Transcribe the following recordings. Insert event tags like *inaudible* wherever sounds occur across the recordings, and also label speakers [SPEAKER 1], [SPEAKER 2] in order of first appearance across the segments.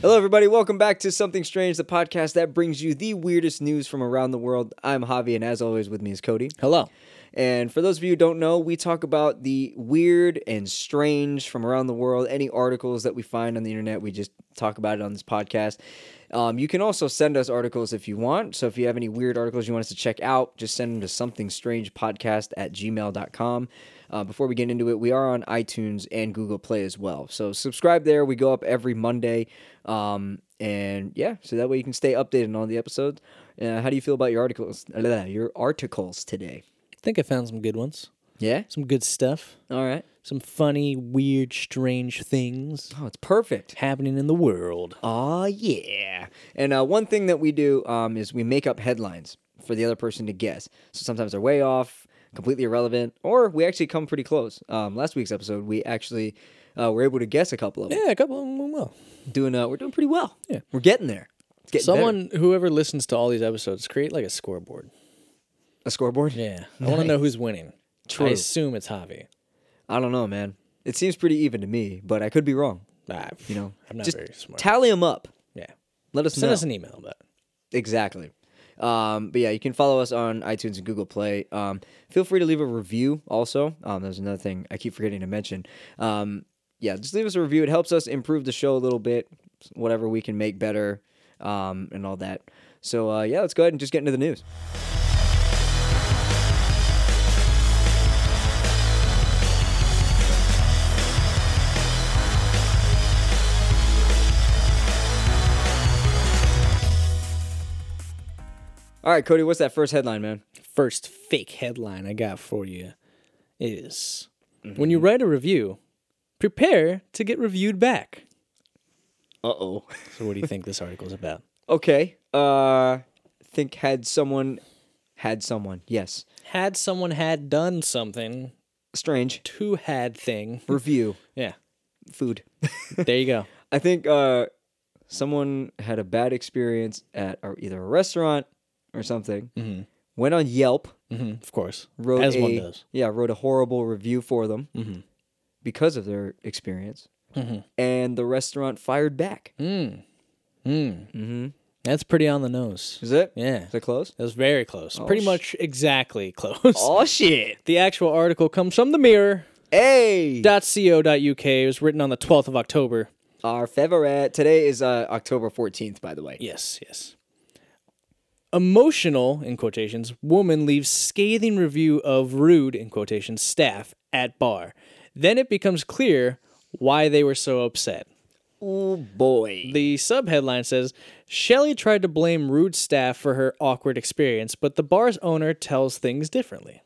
[SPEAKER 1] Hello, everybody. Welcome back to Something Strange, the podcast that brings you the weirdest news from around the world. I'm Javi, and as always, with me is Cody.
[SPEAKER 2] Hello.
[SPEAKER 1] And for those of you who don't know, we talk about the weird and strange from around the world. Any articles that we find on the internet, we just talk about it on this podcast. Um, you can also send us articles if you want. So if you have any weird articles you want us to check out, just send them to somethingstrangepodcast at gmail.com. Uh, before we get into it, we are on iTunes and Google Play as well. So subscribe there. We go up every Monday. Um, and yeah, so that way you can stay updated on all the episodes. Uh, how do you feel about your articles? *laughs* Your articles today?
[SPEAKER 2] I think I found some good ones.
[SPEAKER 1] Yeah.
[SPEAKER 2] Some good stuff.
[SPEAKER 1] All right.
[SPEAKER 2] Some funny, weird, strange things
[SPEAKER 1] Oh, it's perfect.
[SPEAKER 2] happening in the world.
[SPEAKER 1] Oh yeah. And uh, one thing that we do um, is we make up headlines for the other person to guess. So sometimes they're way off, completely irrelevant, or we actually come pretty close. Um, last week's episode, we actually uh, were able to guess a couple of them.
[SPEAKER 2] Yeah, a couple of them went well.
[SPEAKER 1] Doing, uh, we're doing pretty well.
[SPEAKER 2] Yeah.
[SPEAKER 1] We're getting there. It's getting better.
[SPEAKER 2] Someone, whoever listens to all these episodes, create like a scoreboard.
[SPEAKER 1] a scoreboard.
[SPEAKER 2] Yeah. I want to know who's winning.
[SPEAKER 1] True.
[SPEAKER 2] I assume it's Javi.
[SPEAKER 1] I don't know, man. It seems pretty even to me, but I could be wrong.
[SPEAKER 2] Ah,
[SPEAKER 1] You know,
[SPEAKER 2] I'm not
[SPEAKER 1] just
[SPEAKER 2] very smart.
[SPEAKER 1] tally them up.
[SPEAKER 2] yeah.
[SPEAKER 1] Let us
[SPEAKER 2] Send
[SPEAKER 1] know.
[SPEAKER 2] us e- an email about it.
[SPEAKER 1] Exactly. Um, but yeah, you can follow us on iTunes and Google Play. Um, feel free to leave a review also. Um, that was another thing I keep forgetting to mention. Um, yeah, just leave us a review. It helps us improve the show a little bit, whatever we can make better um, and all that. So uh, yeah, let's go ahead and just get into the news. All right, Cody, what's that first headline, man?
[SPEAKER 2] First fake headline I got for you is when
[SPEAKER 1] Mm-hmm.
[SPEAKER 2] you write a review, prepare to get reviewed back.
[SPEAKER 1] Uh oh.
[SPEAKER 2] So, what do you think this article's about?
[SPEAKER 1] Okay. Uh, think had someone had someone. Yes.
[SPEAKER 2] Had someone had done something
[SPEAKER 1] Strange
[SPEAKER 2] two had thing.
[SPEAKER 1] review
[SPEAKER 2] Yeah.
[SPEAKER 1] food. *laughs*
[SPEAKER 2] There you go. *laughs*
[SPEAKER 1] I think uh, someone had a bad experience at or either a restaurant or something. Went on Yelp,
[SPEAKER 2] hmm of course.
[SPEAKER 1] wrote
[SPEAKER 2] Mm-hmm. As
[SPEAKER 1] a
[SPEAKER 2] one does. Mm-hmm.
[SPEAKER 1] yeah, wrote a horrible review for them because of their experience, and the restaurant fired back.
[SPEAKER 2] Mm-hmm. That's pretty on the nose.
[SPEAKER 1] Is it?
[SPEAKER 2] Yeah.
[SPEAKER 1] Is it close?
[SPEAKER 2] That was very close. pretty
[SPEAKER 1] Oh, sh-
[SPEAKER 2] much exactly *laughs* close.
[SPEAKER 1] Oh shit!
[SPEAKER 2] The actual article comes from the mirror.co.uk.
[SPEAKER 1] Hey,
[SPEAKER 2] It was written on the 12th of October.
[SPEAKER 1] our favorite today is uh, October fourteenth. By the way,
[SPEAKER 2] Yes, yes. Emotional, in quotations, woman leaves scathing review of rude, in quotations, staff at bar. Then it becomes clear why they were so upset.
[SPEAKER 1] oh boy,
[SPEAKER 2] The subheadline says Shelly tried to blame rude staff for her awkward experience, but the bar's owner tells things differently.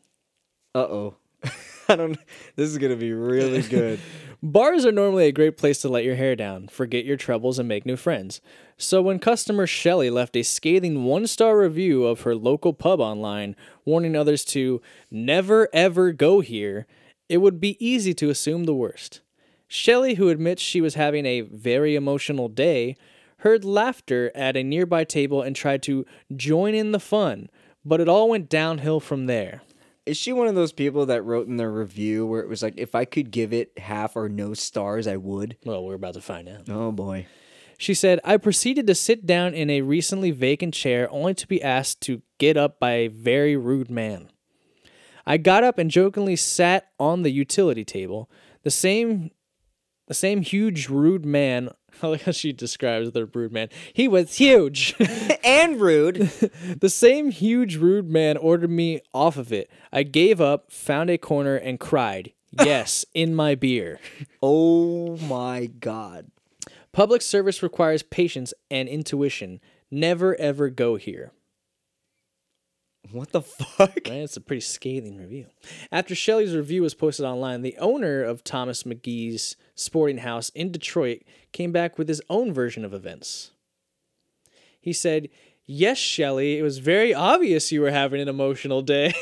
[SPEAKER 1] uh oh. *laughs* I don't. This is gonna be *laughs* really good.
[SPEAKER 2] Bars are normally a great place to let your hair down, forget your troubles, and make new friends. So when customer Shelly left a scathing one star review of her local pub online, warning others to never ever go here, it would be easy to assume the worst. Shelly, who admits she was having a very emotional day, heard laughter at a nearby table and tried to join in the fun, but it all went downhill from there.
[SPEAKER 1] Is she one of those people that wrote in their review where it was like, if I could give it half or no stars, I would?
[SPEAKER 2] Well, we're about to find out.
[SPEAKER 1] Oh boy.
[SPEAKER 2] She said, I proceeded to sit down in a recently vacant chair only to be asked to get up by a very rude man. I got up and jokingly sat on the utility table. The same the same huge rude man *laughs* I like how she describes the rude man. He was huge.
[SPEAKER 1] *laughs*
[SPEAKER 2] *laughs*
[SPEAKER 1] and rude.
[SPEAKER 2] the same huge rude man ordered me off of it. I gave up, found a corner, and cried. Yes, in my beer.
[SPEAKER 1] *laughs* oh my God.
[SPEAKER 2] Public service requires patience and intuition. Never ever go here.
[SPEAKER 1] What the fuck?
[SPEAKER 2] Right? It's a pretty scathing review. After Shelley's review was posted online, the owner of Thomas McGee's Sporting House in Detroit came back with his own version of events. He said, Yes, Shelley, it was very obvious you were having an emotional day.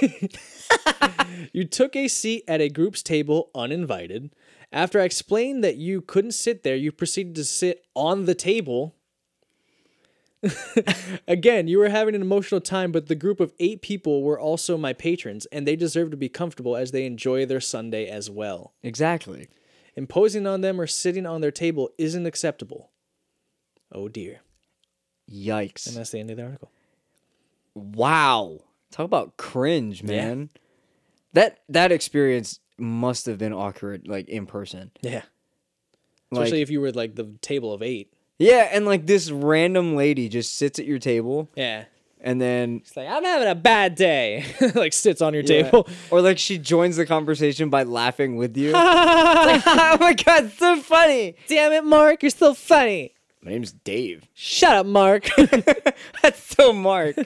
[SPEAKER 2] *laughs* you took a seat at a group's table uninvited. After I explained that you couldn't sit there, you proceeded to sit on the table. Again, you were having an emotional time, but the group of eight people were also my patrons, and they deserve to be comfortable as they enjoy their Sunday as well.
[SPEAKER 1] *laughs* Exactly.
[SPEAKER 2] Imposing on them or sitting on their table isn't acceptable. Oh dear. And
[SPEAKER 1] Yikes.
[SPEAKER 2] that's the end of the article.
[SPEAKER 1] Wow. Talk about cringe, man. That that experience must have been awkward, like in person.
[SPEAKER 2] Yeah.
[SPEAKER 1] Like,
[SPEAKER 2] Especially if you were like the table of eight.
[SPEAKER 1] yeah, and like this random lady just sits at your table
[SPEAKER 2] Yeah.
[SPEAKER 1] and then
[SPEAKER 2] It's like, I'm having a bad day. *laughs* like sits on your
[SPEAKER 1] Yeah.
[SPEAKER 2] table. *laughs*
[SPEAKER 1] *laughs* Or like she joins the conversation by laughing with you. It's like, *laughs* oh my god, so funny.
[SPEAKER 2] Damn it, Mark, you're still funny.
[SPEAKER 1] My name's Dave.
[SPEAKER 2] Shut up, Mark.
[SPEAKER 1] *laughs*
[SPEAKER 2] *laughs*
[SPEAKER 1] That's so Mark.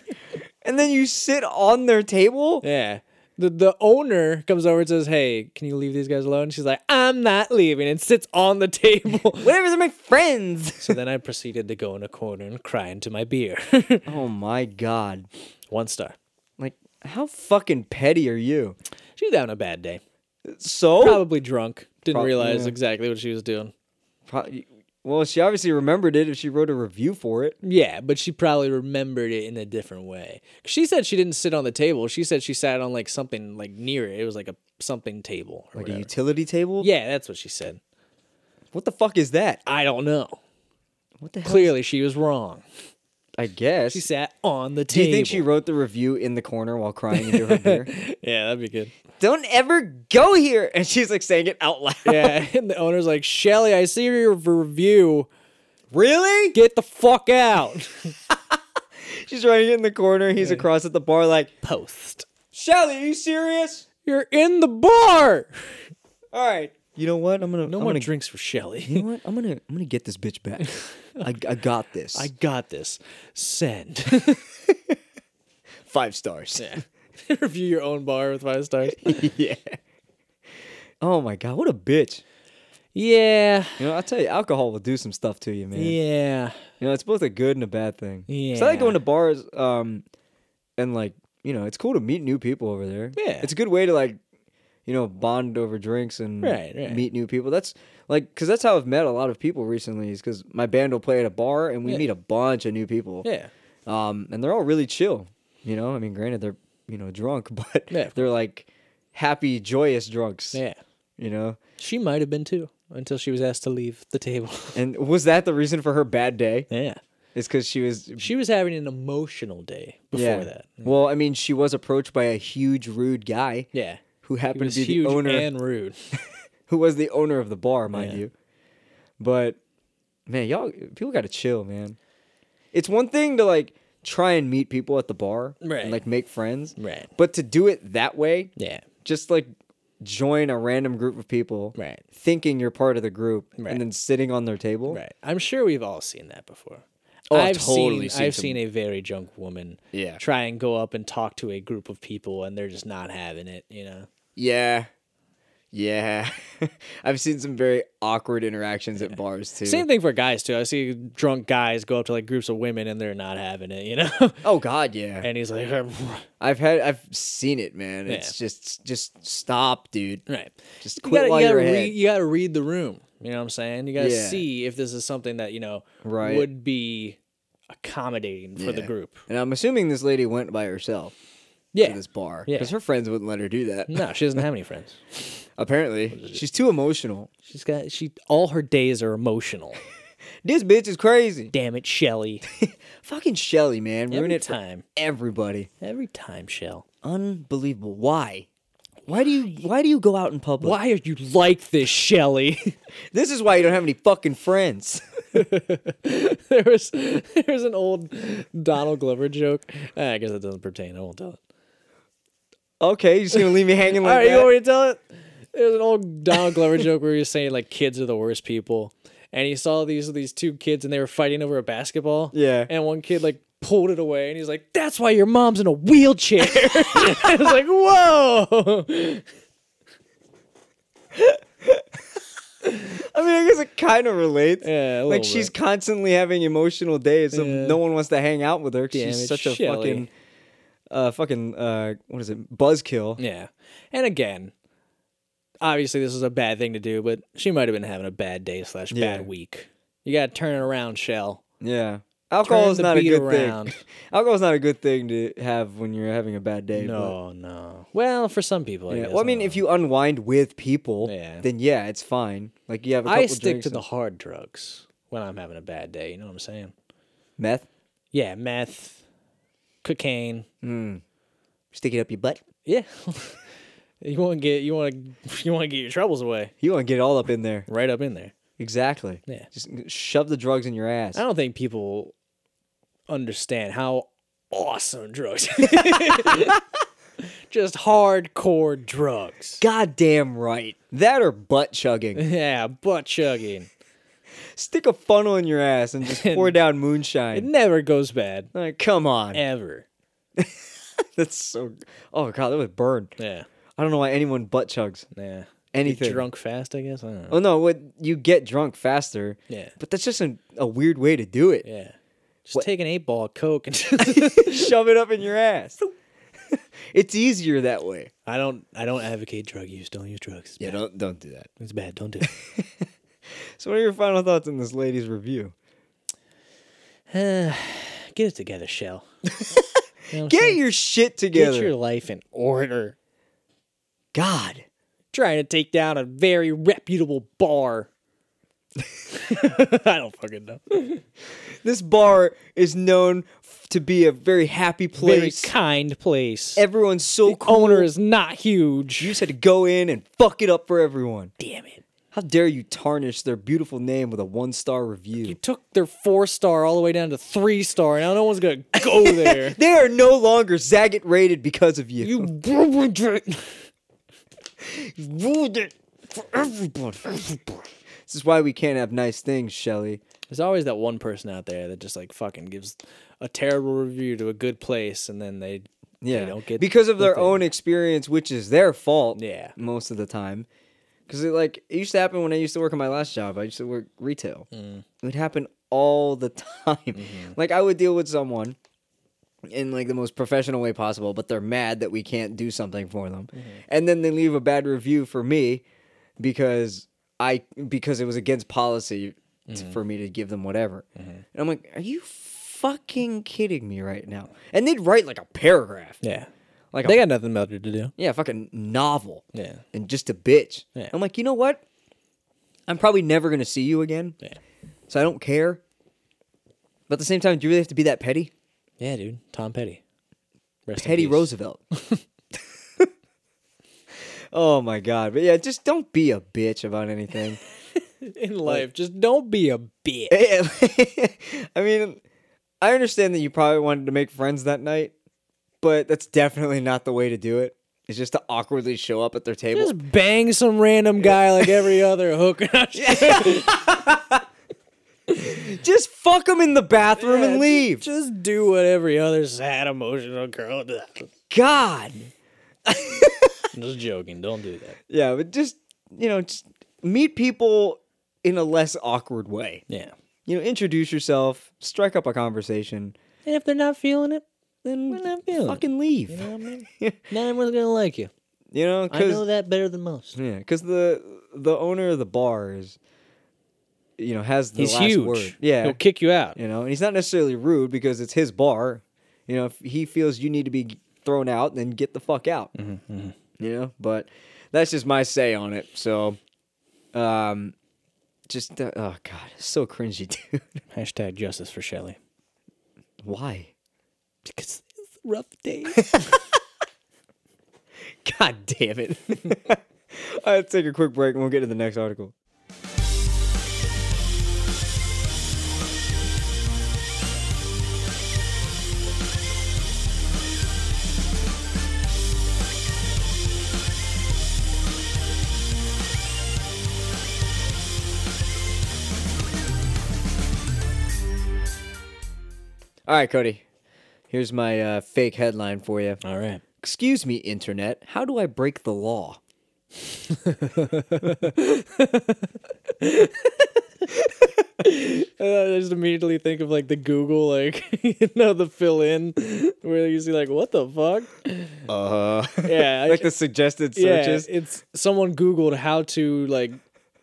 [SPEAKER 1] and then you sit on their table.
[SPEAKER 2] yeah. The the owner comes over and says, Hey, can you leave these guys alone? She's like, I'm not leaving and sits on the
[SPEAKER 1] *laughs*
[SPEAKER 2] table.
[SPEAKER 1] Whatever, they're my friends.
[SPEAKER 2] so then I proceeded to go in a corner and cry into my beer.
[SPEAKER 1] *laughs*
[SPEAKER 2] *laughs*
[SPEAKER 1] oh my god.
[SPEAKER 2] One star.
[SPEAKER 1] Like, how fucking petty are you?
[SPEAKER 2] She's having a bad day.
[SPEAKER 1] So?
[SPEAKER 2] Probably drunk. Didn't
[SPEAKER 1] Oh. Prob-
[SPEAKER 2] realize
[SPEAKER 1] yeah.
[SPEAKER 2] exactly what she was doing.
[SPEAKER 1] Pro- well, she obviously remembered it if she wrote a review for it.
[SPEAKER 2] Yeah, but she probably remembered it in a different way. She said she didn't sit on the table. She said she sat on like something like near it. It was like a something table. Or
[SPEAKER 1] Like a
[SPEAKER 2] whatever.
[SPEAKER 1] utility table?
[SPEAKER 2] yeah, that's what she said.
[SPEAKER 1] What the fuck is that?
[SPEAKER 2] I don't know.
[SPEAKER 1] What the hell?
[SPEAKER 2] Clearly, she was wrong.
[SPEAKER 1] I guess.
[SPEAKER 2] She sat on the
[SPEAKER 1] Do
[SPEAKER 2] table.
[SPEAKER 1] you think she wrote the review in the corner while crying into her
[SPEAKER 2] *laughs*
[SPEAKER 1] beer?
[SPEAKER 2] Yeah, that'd be good.
[SPEAKER 1] don't ever go here. And she's like saying it out loud.
[SPEAKER 2] Yeah, *laughs* and the owner's like, Shelly, I see your review.
[SPEAKER 1] Really?
[SPEAKER 2] Get the fuck out.
[SPEAKER 1] She's writing it in the corner. He's across at the bar, like,
[SPEAKER 2] Post.
[SPEAKER 1] Shelly, are you serious?
[SPEAKER 2] You're in the bar.
[SPEAKER 1] All right. You know what? I'm gonna.
[SPEAKER 2] No
[SPEAKER 1] I'm
[SPEAKER 2] more
[SPEAKER 1] gonna,
[SPEAKER 2] drinks for
[SPEAKER 1] You
[SPEAKER 2] Shelly.
[SPEAKER 1] know what? I'm gonna. I'm gonna get this bitch *laughs* back. I, *laughs* I got this.
[SPEAKER 2] I got this. Send.
[SPEAKER 1] five stars.
[SPEAKER 2] *laughs* Review your own bar with five stars.
[SPEAKER 1] *laughs* yeah. Oh my god, what a bitch!
[SPEAKER 2] *laughs* yeah.
[SPEAKER 1] You know, I tell you, alcohol will do some stuff to you, man.
[SPEAKER 2] Yeah.
[SPEAKER 1] You know, it's both a good and a bad thing. 'Cause I like
[SPEAKER 2] Yeah.
[SPEAKER 1] going to bars, um, and like you know, it's cool to meet new people over there.
[SPEAKER 2] Yeah.
[SPEAKER 1] it's a good way to like, you know, bond over drinks and
[SPEAKER 2] Right, right.
[SPEAKER 1] meet new people. That's like because that's how I've met a lot of people recently. Is because my band will play at a bar and we
[SPEAKER 2] Yeah.
[SPEAKER 1] meet a bunch of new people.
[SPEAKER 2] Yeah.
[SPEAKER 1] um, and they're all really chill. You know, I mean, granted they're you know drunk, *laughs* but
[SPEAKER 2] Yeah, of
[SPEAKER 1] they're like happy, joyous drunks.
[SPEAKER 2] Yeah.
[SPEAKER 1] you know.
[SPEAKER 2] She might have been too until she was asked to leave the table. *laughs*
[SPEAKER 1] And was that the reason for her bad day?
[SPEAKER 2] yeah.
[SPEAKER 1] Is because she was
[SPEAKER 2] She was having an emotional day before that.
[SPEAKER 1] Well, I mean, she was approached by a huge, rude guy
[SPEAKER 2] Yeah.
[SPEAKER 1] who
[SPEAKER 2] He
[SPEAKER 1] happened
[SPEAKER 2] was
[SPEAKER 1] to be
[SPEAKER 2] huge
[SPEAKER 1] the owner,
[SPEAKER 2] and rude.
[SPEAKER 1] who was the owner of the bar, mind
[SPEAKER 2] Yeah.
[SPEAKER 1] you. But man, y'all, people got to chill, man. It's one thing to like try and meet people at the bar,
[SPEAKER 2] Right.
[SPEAKER 1] And, like make friends,
[SPEAKER 2] Right.
[SPEAKER 1] But to do it that way,
[SPEAKER 2] *laughs* Yeah.
[SPEAKER 1] just like join a random group of people,
[SPEAKER 2] Right.
[SPEAKER 1] Thinking you're part of the group,
[SPEAKER 2] Right.
[SPEAKER 1] and then sitting on their table,
[SPEAKER 2] Right. I'm sure we've all seen that before.
[SPEAKER 1] Oh, I've
[SPEAKER 2] I've
[SPEAKER 1] totally
[SPEAKER 2] seen,
[SPEAKER 1] seen
[SPEAKER 2] I've
[SPEAKER 1] some-
[SPEAKER 2] seen a very drunk woman
[SPEAKER 1] Yeah.
[SPEAKER 2] try and go up and talk to a group of people and they're just not having it, you know.
[SPEAKER 1] Yeah. *laughs* Yeah. *laughs* I've seen some very awkward interactions at bars too.
[SPEAKER 2] Same thing for guys too. I see drunk guys go up to like groups of women and they're not having it, you know. *laughs*
[SPEAKER 1] Oh god, yeah.
[SPEAKER 2] and he's like
[SPEAKER 1] I've had I've seen it, man. It's
[SPEAKER 2] Yeah.
[SPEAKER 1] just just stop, dude.
[SPEAKER 2] Right.
[SPEAKER 1] Just
[SPEAKER 2] You
[SPEAKER 1] quit
[SPEAKER 2] gotta-
[SPEAKER 1] while
[SPEAKER 2] you gotta
[SPEAKER 1] you're ahead.
[SPEAKER 2] read, you gotta read the room. You know what I'm saying? You gotta
[SPEAKER 1] Yeah.
[SPEAKER 2] see if this is something that you know
[SPEAKER 1] Right.
[SPEAKER 2] would be accommodating for the
[SPEAKER 1] Yeah.
[SPEAKER 2] group.
[SPEAKER 1] and I'm assuming this lady went by herself to
[SPEAKER 2] Yeah.
[SPEAKER 1] this bar
[SPEAKER 2] Yeah. Mm-hmm.
[SPEAKER 1] because her friends wouldn't let her do that.
[SPEAKER 2] No, she doesn't have
[SPEAKER 1] *laughs*
[SPEAKER 2] any friends.
[SPEAKER 1] Apparently, she's too emotional.
[SPEAKER 2] She's got she all her days are emotional.
[SPEAKER 1] This bitch is crazy. *laughs*
[SPEAKER 2] Damn it, Shelly.
[SPEAKER 1] Fucking Shelly, man, ruin
[SPEAKER 2] *laughs* Every
[SPEAKER 1] it for
[SPEAKER 2] time.
[SPEAKER 1] everybody.
[SPEAKER 2] Every time, Shell.
[SPEAKER 1] Unbelievable. Why? Why do you Why do you go out in public?
[SPEAKER 2] Why are you like this, Shelly?
[SPEAKER 1] This is why you don't have any fucking friends.
[SPEAKER 2] *laughs*
[SPEAKER 1] *laughs*
[SPEAKER 2] there was there was an old Donald Glover joke. Ah, I guess that doesn't pertain. I won't tell it.
[SPEAKER 1] Okay, you're just gonna leave me hanging
[SPEAKER 2] All
[SPEAKER 1] like
[SPEAKER 2] right, you
[SPEAKER 1] that.
[SPEAKER 2] want me to tell it? There's an old Donald Glover joke where he was saying like kids are the worst people, and he saw these these two kids and they were fighting over a basketball.
[SPEAKER 1] Yeah.
[SPEAKER 2] and one kid like pulled it away, and he's like, "That's why your mom's in a wheelchair." *laughs* I was like, "Whoa!"
[SPEAKER 1] I mean, I guess it kind of relates.
[SPEAKER 2] Yeah, a
[SPEAKER 1] like
[SPEAKER 2] little
[SPEAKER 1] she's
[SPEAKER 2] bit.
[SPEAKER 1] constantly having emotional days, so
[SPEAKER 2] Yeah.
[SPEAKER 1] no one wants to hang out with her. 'cause
[SPEAKER 2] Damn
[SPEAKER 1] she's
[SPEAKER 2] it,
[SPEAKER 1] such a
[SPEAKER 2] Shelly.
[SPEAKER 1] fucking, uh, fucking, uh, what is it, buzzkill?
[SPEAKER 2] Yeah, and again, obviously this is a bad thing to do, but she might have been having a bad day slash
[SPEAKER 1] Yeah.
[SPEAKER 2] bad week. You gotta turn it around, Shell.
[SPEAKER 1] Yeah, alcohol
[SPEAKER 2] Turn
[SPEAKER 1] is
[SPEAKER 2] the
[SPEAKER 1] not a
[SPEAKER 2] beat
[SPEAKER 1] good
[SPEAKER 2] around.
[SPEAKER 1] thing. *laughs* alcohol is not a good thing to have when you're having a bad day. but-
[SPEAKER 2] No, no. Well, for some people, I
[SPEAKER 1] Yeah.
[SPEAKER 2] guess.
[SPEAKER 1] Well, I mean,
[SPEAKER 2] don't
[SPEAKER 1] if you unwind with people,
[SPEAKER 2] Yeah.
[SPEAKER 1] then yeah, it's fine. Like you have. A
[SPEAKER 2] know. I
[SPEAKER 1] couple
[SPEAKER 2] stick
[SPEAKER 1] drinks
[SPEAKER 2] to the
[SPEAKER 1] and-
[SPEAKER 2] hard drugs. when I'm having a bad day. You know what I'm saying?
[SPEAKER 1] Meth,
[SPEAKER 2] Yeah, meth, cocaine.
[SPEAKER 1] stick it up your butt.
[SPEAKER 2] Yeah. *laughs* you want to get you want to *laughs* you want to get your troubles away
[SPEAKER 1] You want to get it all up in there.
[SPEAKER 2] right up in there.
[SPEAKER 1] Exactly.
[SPEAKER 2] Yeah.
[SPEAKER 1] Just shove the drugs in your ass.
[SPEAKER 2] I don't think people understand how awesome drugs. *laughs* Just hardcore drugs.
[SPEAKER 1] Goddamn right. That or butt chugging.
[SPEAKER 2] Yeah, butt chugging.
[SPEAKER 1] Stick a funnel in your ass and just pour down moonshine.
[SPEAKER 2] It never goes bad
[SPEAKER 1] Like, come on.
[SPEAKER 2] ever.
[SPEAKER 1] That's so. Oh god, that would burn.
[SPEAKER 2] Yeah.
[SPEAKER 1] I don't know why anyone butt chugs
[SPEAKER 2] Yeah.
[SPEAKER 1] anything.
[SPEAKER 2] Get drunk fast, I guess. I don't know.
[SPEAKER 1] Oh no, what you get drunk faster.
[SPEAKER 2] Yeah.
[SPEAKER 1] But that's just an, a weird way to do it.
[SPEAKER 2] Yeah. Just take an eight ball of coke and *laughs*
[SPEAKER 1] *laughs*
[SPEAKER 2] just
[SPEAKER 1] Shove it up in your ass. *laughs* it's easier that way.
[SPEAKER 2] I don't I don't advocate drug use. Don't use drugs. It's, bad.
[SPEAKER 1] don't don't do that.
[SPEAKER 2] it's bad. Don't do it.
[SPEAKER 1] *laughs* So, what are your final thoughts on this lady's review?
[SPEAKER 2] Uh, get it
[SPEAKER 1] *laughs*
[SPEAKER 2] together, Shell. You know what I'm
[SPEAKER 1] Get
[SPEAKER 2] saying?
[SPEAKER 1] your shit
[SPEAKER 2] Get
[SPEAKER 1] together.
[SPEAKER 2] your life in order.
[SPEAKER 1] God,
[SPEAKER 2] Trying to take down a very reputable bar. *laughs* I don't fucking know.
[SPEAKER 1] this bar is known f- to be a very happy
[SPEAKER 2] Very
[SPEAKER 1] place.
[SPEAKER 2] kind place.
[SPEAKER 1] Everyone's so cool.
[SPEAKER 2] Owner is not huge.
[SPEAKER 1] You just had to go in and fuck it up for everyone.
[SPEAKER 2] Damn it.
[SPEAKER 1] How dare you tarnish their beautiful name with a one star
[SPEAKER 2] You
[SPEAKER 1] review?
[SPEAKER 2] took their four star all the way down to three star. Now no one's gonna *laughs* go there.
[SPEAKER 1] They are no longer Zagat rated because of you.
[SPEAKER 2] you ruined it.
[SPEAKER 1] ruined it for everybody. This is why we can't have nice things, Shelly.
[SPEAKER 2] There's always that one person out there that just like fucking gives a terrible review to a good place and then they
[SPEAKER 1] Yeah,
[SPEAKER 2] they don't get
[SPEAKER 1] because of
[SPEAKER 2] the
[SPEAKER 1] their
[SPEAKER 2] thing.
[SPEAKER 1] own experience, which is their fault.
[SPEAKER 2] Yeah.
[SPEAKER 1] most of the time. Because it like it used to happen when I used to work in my last job. I used to work retail.
[SPEAKER 2] Mm.
[SPEAKER 1] It would happen all the *laughs* time.
[SPEAKER 2] Mm-hmm.
[SPEAKER 1] Like I would deal with someone in like the most professional way possible, but they're mad that we can't do something for them,
[SPEAKER 2] Mm-hmm.
[SPEAKER 1] and then they leave a bad review for me because I because it was against policy t-
[SPEAKER 2] Mm-hmm.
[SPEAKER 1] for me to give them whatever. And I'm like, are you fucking kidding me right now? And they'd write like a paragraph,
[SPEAKER 2] Yeah.
[SPEAKER 1] like
[SPEAKER 2] They
[SPEAKER 1] a,
[SPEAKER 2] got nothing better to do.
[SPEAKER 1] yeah, fucking novel
[SPEAKER 2] Yeah.
[SPEAKER 1] and just a bitch.
[SPEAKER 2] Yeah.
[SPEAKER 1] I'm like, you know what? I'm probably never gonna see you again,
[SPEAKER 2] Yeah.
[SPEAKER 1] so I don't care. But at the same time, do you really have to be that petty?
[SPEAKER 2] Yeah, dude. Tom Petty. Rest in
[SPEAKER 1] Teddy
[SPEAKER 2] peace. *laughs*
[SPEAKER 1] Roosevelt. *laughs* oh my god! But yeah, just don't be a bitch about anything. *laughs*
[SPEAKER 2] In life, just don't be a bitch.
[SPEAKER 1] Eh, *laughs* I mean, I understand that you probably wanted to make friends that night, but that's definitely not the way to do it. It's just to awkwardly show up at their table.
[SPEAKER 2] Just bang some random guy like every other hooker. *laughs*
[SPEAKER 1] Just fuck them in the bathroom and leave.
[SPEAKER 2] Just do what every other sad, emotional girl does.
[SPEAKER 1] God.
[SPEAKER 2] I'm just joking. Don't do that.
[SPEAKER 1] Yeah, but just you know, just meet people in a less awkward way.
[SPEAKER 2] Yeah.
[SPEAKER 1] You know, introduce yourself, strike up a conversation,
[SPEAKER 2] And if they're not feeling it, then
[SPEAKER 1] and
[SPEAKER 2] they're not feeling it.
[SPEAKER 1] fucking leave.
[SPEAKER 2] You know what I *laughs* mean? Not everyone's gonna like you.
[SPEAKER 1] You know,
[SPEAKER 2] I know
[SPEAKER 1] because
[SPEAKER 2] that better than most.
[SPEAKER 1] yeah, because the the owner of the bar is, you know, has the
[SPEAKER 2] He's
[SPEAKER 1] last
[SPEAKER 2] huge.
[SPEAKER 1] word. Yeah,
[SPEAKER 2] He'll kick you out.
[SPEAKER 1] you know, and he's not necessarily rude because it's his bar. You know, if he feels you need to be thrown out, then get the fuck out.
[SPEAKER 2] Mm-hmm,
[SPEAKER 1] You know, but that's just my say on it. So, um, just uh, oh god, it's so cringy, *laughs* dude.
[SPEAKER 2] Hashtag justice for Shelly. *laughs*
[SPEAKER 1] Why?
[SPEAKER 2] Because it's a rough day.
[SPEAKER 1] *laughs* God damn it. All right, take a quick break and we'll get to the next article. All right, Cody. Here's my uh, fake headline for you.
[SPEAKER 2] *laughs* All right.
[SPEAKER 1] Excuse me, internet. How do I break the law?
[SPEAKER 2] I just immediately think of like the Google, like *laughs* you know, the fill in where you see like, what the fuck?
[SPEAKER 1] *laughs* Uh,
[SPEAKER 2] Yeah, I-
[SPEAKER 1] like the suggested
[SPEAKER 2] yeah.
[SPEAKER 1] searches.
[SPEAKER 2] It's someone Googled how to like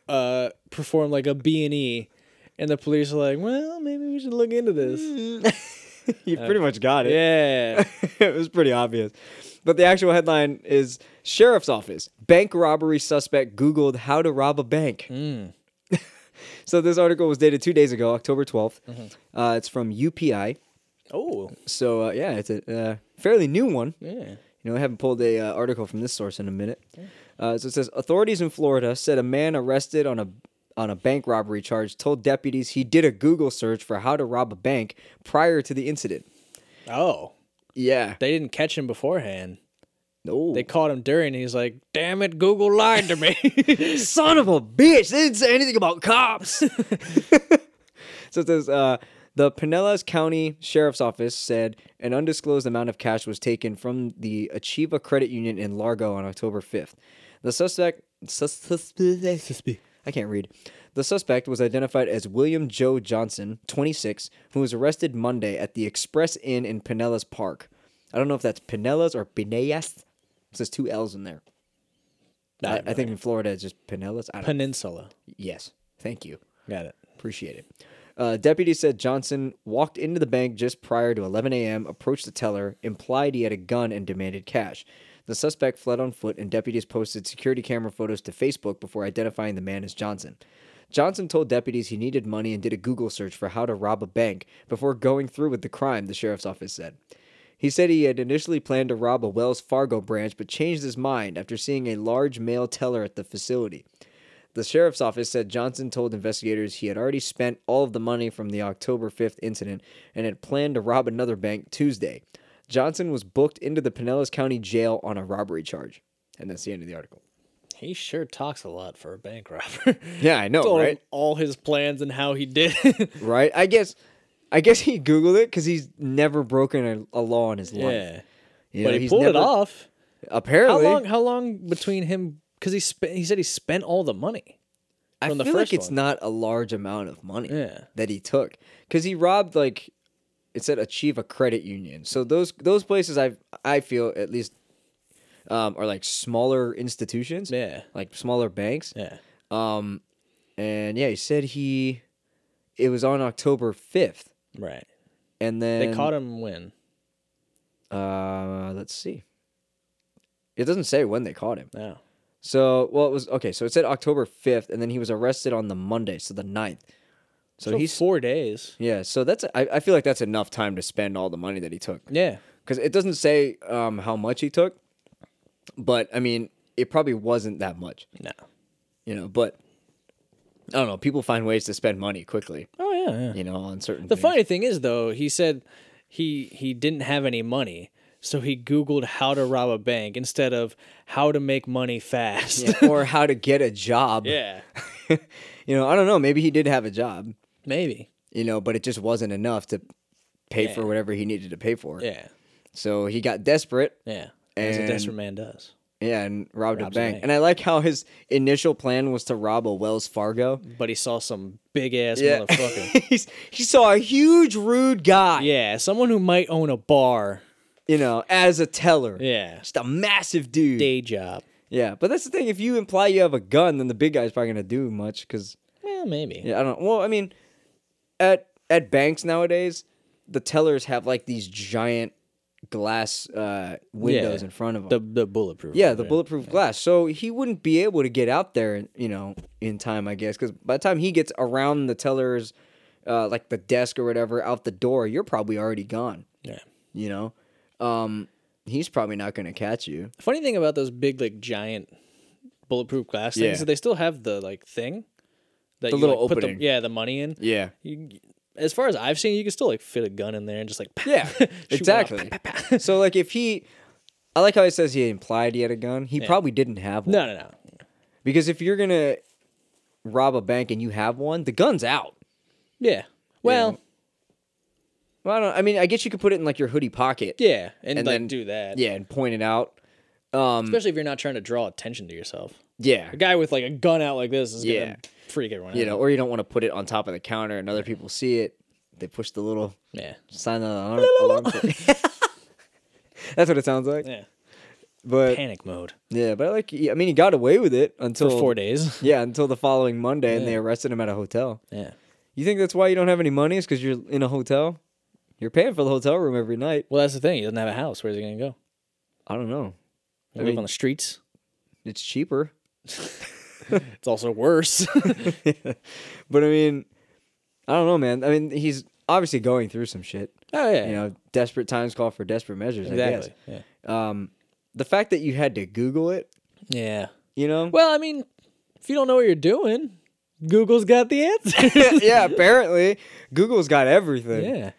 [SPEAKER 2] uh perform like a B and E, and the police are like, well, maybe we should look into
[SPEAKER 1] Mm.
[SPEAKER 2] this.
[SPEAKER 1] *laughs* you pretty much got it.
[SPEAKER 2] Yeah,
[SPEAKER 1] *laughs* it was pretty obvious. But the actual headline is Hmm. Sheriff's Office Bank Robbery Suspect Googled How to Rob a Bank. *laughs* so this article was dated two days ago, October 12th. Uh, it's from UPI.
[SPEAKER 2] Oh,
[SPEAKER 1] So uh, yeah, it's a uh, fairly new one.
[SPEAKER 2] yeah.
[SPEAKER 1] You know, I haven't pulled a uh, article from this source in a minute. Uh, so it says authorities in Florida said a man arrested on a on a bank robbery charge told deputies he did a Google search for how to rob a bank prior to the incident.
[SPEAKER 2] Oh,
[SPEAKER 1] Yeah.
[SPEAKER 2] they didn't catch him beforehand.
[SPEAKER 1] No.
[SPEAKER 2] They caught him during. He's like, "Damn it, Google lied
[SPEAKER 1] *laughs*
[SPEAKER 2] to me."
[SPEAKER 1] Son of a bitch! They didn't say anything about cops. so it says uh, the Pinellas County Sheriff's Office said an undisclosed amount of cash was taken from the Achieva Credit Union in Largo on October 5th. The suspect. Sus- sus- I can't read. The suspect was identified as William Joe Johnson, 26, who was arrested Monday at the Express Inn in Pinellas Park. I don't know if that's Pinellas or Pinellas. It says two L's in there. I, I think in Florida it's just Pinellas. I don't
[SPEAKER 2] Peninsula.
[SPEAKER 1] Yes. Thank you.
[SPEAKER 2] Got it.
[SPEAKER 1] Appreciate it. Uh, deputy said Johnson walked into the bank just prior to 11 a.m., approached the teller, implied he had a gun, and demanded cash. The suspect fled on foot, and deputies posted security camera photos to Facebook before identifying the man as Johnson. Johnson told deputies he needed money and did a Google search for how to rob a bank before going through with the crime, the sheriff's office said. He said he had initially planned to rob a Wells Fargo branch but changed his mind after seeing a large male teller at the facility. The sheriff's office said Johnson told investigators he had already spent all of the money from the October 5th incident and had planned to rob another bank Tuesday. Johnson was booked into the Pinellas County Jail on a robbery charge. And that's the end of the article.
[SPEAKER 2] He sure talks a lot for a bank robber. *laughs*
[SPEAKER 1] Yeah, I know,
[SPEAKER 2] Told him
[SPEAKER 1] Oh, right?
[SPEAKER 2] all his plans and how he did. *laughs*
[SPEAKER 1] Right? I guess I guess he Googled it because he's never broken a, a law in his life.
[SPEAKER 2] yeah,
[SPEAKER 1] You
[SPEAKER 2] but
[SPEAKER 1] know,
[SPEAKER 2] he
[SPEAKER 1] he's
[SPEAKER 2] pulled it
[SPEAKER 1] never-
[SPEAKER 2] off. How
[SPEAKER 1] Apparently.
[SPEAKER 2] long? How long between him? Because he spent. He said he spent all the money.
[SPEAKER 1] I
[SPEAKER 2] from the
[SPEAKER 1] feel
[SPEAKER 2] first
[SPEAKER 1] like it's
[SPEAKER 2] one.
[SPEAKER 1] not a large amount of money
[SPEAKER 2] Yeah.
[SPEAKER 1] that he took because he robbed like it said achieve a credit union. So those those places I I feel at least um, are like smaller institutions,
[SPEAKER 2] Yeah.
[SPEAKER 1] like smaller banks.
[SPEAKER 2] Yeah.
[SPEAKER 1] Um, and yeah, he said he it was on October fifth,
[SPEAKER 2] Right.
[SPEAKER 1] and then
[SPEAKER 2] They caught him when.
[SPEAKER 1] Uh, let's see. It doesn't say when they caught him.
[SPEAKER 2] No.
[SPEAKER 1] So well, it was okay. So it said October fifth, and then he was arrested on the Monday, so the 9th. So,
[SPEAKER 2] So,
[SPEAKER 1] he's
[SPEAKER 2] he's four days.
[SPEAKER 1] Yeah, so that's I, I feel like that's enough time to spend all the money that he took
[SPEAKER 2] Yeah.
[SPEAKER 1] because it doesn't say um, how much he took, but I mean it probably wasn't that much,
[SPEAKER 2] No.
[SPEAKER 1] you know. But I don't know. People find ways to spend money quickly,
[SPEAKER 2] Oh yeah. yeah.
[SPEAKER 1] you know, on certain.
[SPEAKER 2] The
[SPEAKER 1] things.
[SPEAKER 2] funny thing is though, he said he he didn't have any money, so he Googled how to rob a bank instead of how to make money fast.
[SPEAKER 1] Yeah, or how to get a job.
[SPEAKER 2] *laughs* Yeah.
[SPEAKER 1] *laughs* You know, I don't know. Maybe he did have a job,
[SPEAKER 2] Maybe.
[SPEAKER 1] you know, but it just wasn't enough to pay for whatever he needed to pay for.
[SPEAKER 2] Yeah.
[SPEAKER 1] So he got desperate.
[SPEAKER 2] Yeah. As a
[SPEAKER 1] And-
[SPEAKER 2] desperate man does.
[SPEAKER 1] Yeah, and robbed
[SPEAKER 2] Robs
[SPEAKER 1] a
[SPEAKER 2] a
[SPEAKER 1] bank.
[SPEAKER 2] bank.
[SPEAKER 1] And I like how his initial plan was to rob a Wells Fargo.
[SPEAKER 2] But he saw some big ass
[SPEAKER 1] *laughs*
[SPEAKER 2] motherfucker.
[SPEAKER 1] He's, he saw a huge, rude guy,
[SPEAKER 2] yeah, someone who might own a bar.
[SPEAKER 1] you know, as a teller.
[SPEAKER 2] Yeah.
[SPEAKER 1] Just a massive dude.
[SPEAKER 2] Day job.
[SPEAKER 1] Yeah, but that's the thing. If you imply you have a gun, then the big guy's probably going to do much because,
[SPEAKER 2] Well, maybe.
[SPEAKER 1] yeah, I don't Well, I mean, at at banks nowadays, the tellers have like these giant glass uh, windows
[SPEAKER 2] Yeah.
[SPEAKER 1] in front of them.
[SPEAKER 2] The the bulletproof.
[SPEAKER 1] yeah, the
[SPEAKER 2] one, right?
[SPEAKER 1] bulletproof glass. So he wouldn't be able to get out there, you know, in time, I guess, because by the time he gets around the teller's, uh, like the desk or whatever, out the door, you're probably already gone.
[SPEAKER 2] Yeah.
[SPEAKER 1] you know um he's probably not going to catch you
[SPEAKER 2] Funny thing about those big like giant bulletproof glass things
[SPEAKER 1] Yeah.
[SPEAKER 2] is they still have the like thing that
[SPEAKER 1] The
[SPEAKER 2] you,
[SPEAKER 1] little
[SPEAKER 2] like, put the-
[SPEAKER 1] opening.
[SPEAKER 2] yeah, the money in.
[SPEAKER 1] yeah
[SPEAKER 2] You, as far as I've seen, you can still like fit a gun in there and just like *laughs* pow,
[SPEAKER 1] yeah
[SPEAKER 2] shoot one
[SPEAKER 1] *laughs*
[SPEAKER 2] out.
[SPEAKER 1] exactly so like if he i like how he says he implied he had a gun he probably didn't have one
[SPEAKER 2] No, no, no.
[SPEAKER 1] because if you're going to rob a bank and you have one the gun's out
[SPEAKER 2] Yeah. Well,
[SPEAKER 1] well, I, don't, I mean i guess you could put it in like your hoodie pocket
[SPEAKER 2] yeah, and,
[SPEAKER 1] And
[SPEAKER 2] like
[SPEAKER 1] then-
[SPEAKER 2] do that.
[SPEAKER 1] yeah and point it out um
[SPEAKER 2] Especially if you're not trying to draw attention to yourself.
[SPEAKER 1] yeah
[SPEAKER 2] A guy with like a gun out like this is
[SPEAKER 1] Yeah.
[SPEAKER 2] gonna freak everyone
[SPEAKER 1] you
[SPEAKER 2] out.
[SPEAKER 1] know or you don't want to put it on top of the counter and other people see it they push the little
[SPEAKER 2] Yeah.
[SPEAKER 1] sign of the alarm, alarm clock. *laughs* that's what it sounds like
[SPEAKER 2] Yeah.
[SPEAKER 1] but
[SPEAKER 2] Panic mode
[SPEAKER 1] Yeah, but I like, I mean, he got away with it
[SPEAKER 2] for
[SPEAKER 1] until
[SPEAKER 2] four
[SPEAKER 1] *laughs*
[SPEAKER 2] days.
[SPEAKER 1] Yeah, until the following Monday, and they arrested him at a hotel.
[SPEAKER 2] Yeah.
[SPEAKER 1] You think that's why you don't have any money? Is because you're in a hotel? You're paying for the hotel room every night.
[SPEAKER 2] Well, that's the thing. He doesn't have a house. Where's he gonna go?
[SPEAKER 1] I don't know.
[SPEAKER 2] Live on the streets.
[SPEAKER 1] *laughs* It's cheaper.
[SPEAKER 2] it's
[SPEAKER 1] *laughs*
[SPEAKER 2] also worse.
[SPEAKER 1] But I mean, I don't know, man. I mean, he's obviously going through some shit.
[SPEAKER 2] *laughs* oh yeah,
[SPEAKER 1] You know, desperate times call for desperate measures.
[SPEAKER 2] exactly. Yeah.
[SPEAKER 1] I guess. Um, the fact that you had to Google it,
[SPEAKER 2] yeah.
[SPEAKER 1] you know.
[SPEAKER 2] Well, I mean, if you don't know what you're doing, Google's got the answer.
[SPEAKER 1] *laughs* *laughs* yeah, apparently Google's got everything.
[SPEAKER 2] *laughs* yeah.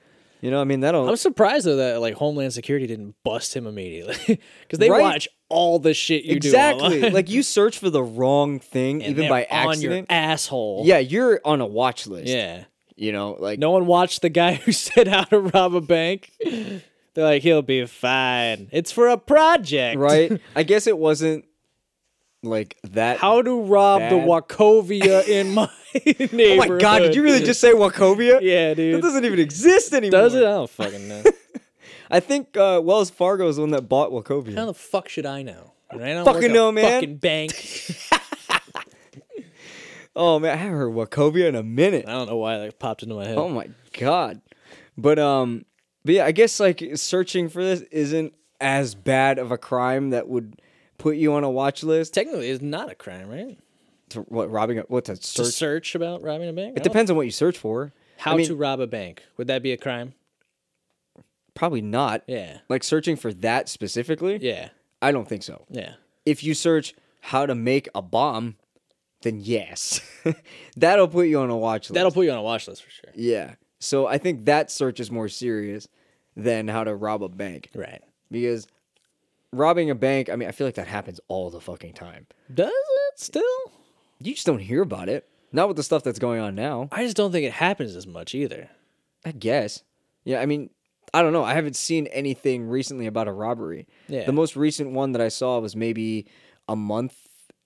[SPEAKER 1] You know, I mean, that'll.
[SPEAKER 2] I'm surprised though that like Homeland Security didn't bust him immediately *laughs* because they
[SPEAKER 1] Right?
[SPEAKER 2] watch all the shit you do
[SPEAKER 1] exactly.
[SPEAKER 2] online.
[SPEAKER 1] like you search for the wrong thing,
[SPEAKER 2] *laughs* And
[SPEAKER 1] even
[SPEAKER 2] they're
[SPEAKER 1] by
[SPEAKER 2] on your
[SPEAKER 1] accident.
[SPEAKER 2] asshole.
[SPEAKER 1] yeah, you're on a watch list.
[SPEAKER 2] yeah.
[SPEAKER 1] You know, like
[SPEAKER 2] No one watched the guy *laughs* who said how to rob a bank. *laughs* They're like, he'll be fine. It's for a project, *laughs*
[SPEAKER 1] right. I guess it wasn't like that.
[SPEAKER 2] How to rob the
[SPEAKER 1] Bad.
[SPEAKER 2] Wachovia in *laughs* my
[SPEAKER 1] oh
[SPEAKER 2] *laughs* neighborhood?
[SPEAKER 1] my god! Did you really just say Wachovia?
[SPEAKER 2] Yeah,
[SPEAKER 1] That
[SPEAKER 2] *laughs* dude.
[SPEAKER 1] doesn't even exist anymore.
[SPEAKER 2] Does it? I don't fucking *laughs* know.
[SPEAKER 1] I think uh, Wells Fargo is the one that bought Wachovia.
[SPEAKER 2] How the fuck should I know? I don't
[SPEAKER 1] Fucking
[SPEAKER 2] work at
[SPEAKER 1] know,
[SPEAKER 2] a
[SPEAKER 1] man.
[SPEAKER 2] Fucking bank.
[SPEAKER 1] Oh man, I haven't heard Wachovia in a minute.
[SPEAKER 2] *laughs* I don't know why that popped into my head.
[SPEAKER 1] Oh my god. But um but yeah, I guess like searching for this isn't as bad of a crime that would put you on a watch list.
[SPEAKER 2] Technically, it's not a crime, right?
[SPEAKER 1] To what robbing a what to
[SPEAKER 2] To
[SPEAKER 1] search.
[SPEAKER 2] search about robbing a bank.
[SPEAKER 1] It depends on what you search for.
[SPEAKER 2] How
[SPEAKER 1] I mean,
[SPEAKER 2] to rob a bank? Would that be a crime?
[SPEAKER 1] probably not.
[SPEAKER 2] Yeah.
[SPEAKER 1] Like searching for that specifically?
[SPEAKER 2] Yeah.
[SPEAKER 1] I don't think so.
[SPEAKER 2] Yeah.
[SPEAKER 1] If you search how to make a bomb, then yes. *laughs* That'll put you on a watch list.
[SPEAKER 2] That'll put you on a watch list for sure.
[SPEAKER 1] Yeah. So I think that search is more serious than how to rob a bank
[SPEAKER 2] Right.
[SPEAKER 1] because robbing a bank, I mean, I feel like that happens all the fucking time.
[SPEAKER 2] Does it still?
[SPEAKER 1] You just don't hear about it. Not with the stuff that's going on now,
[SPEAKER 2] I just don't think it happens as much either.
[SPEAKER 1] I guess. Yeah, I mean, I don't know. I haven't seen anything recently about a robbery.
[SPEAKER 2] Yeah.
[SPEAKER 1] The most recent one that I saw was maybe a month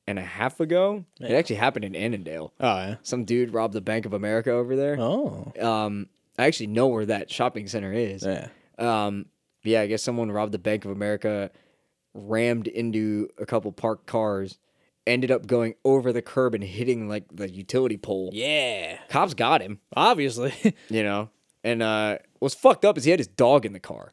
[SPEAKER 1] and a half ago. It actually happened in Annandale.
[SPEAKER 2] Oh. Yeah.
[SPEAKER 1] Some dude robbed the Bank of America over there.
[SPEAKER 2] Oh.
[SPEAKER 1] Um, I actually know where that shopping center is.
[SPEAKER 2] Yeah.
[SPEAKER 1] Um, but yeah, I guess someone robbed the Bank of America, rammed into a couple parked cars, ended up going over the curb and hitting like the utility pole.
[SPEAKER 2] Yeah.
[SPEAKER 1] Cops got him,
[SPEAKER 2] Obviously, *laughs*
[SPEAKER 1] you know. And uh, what's fucked up is he had his dog in the car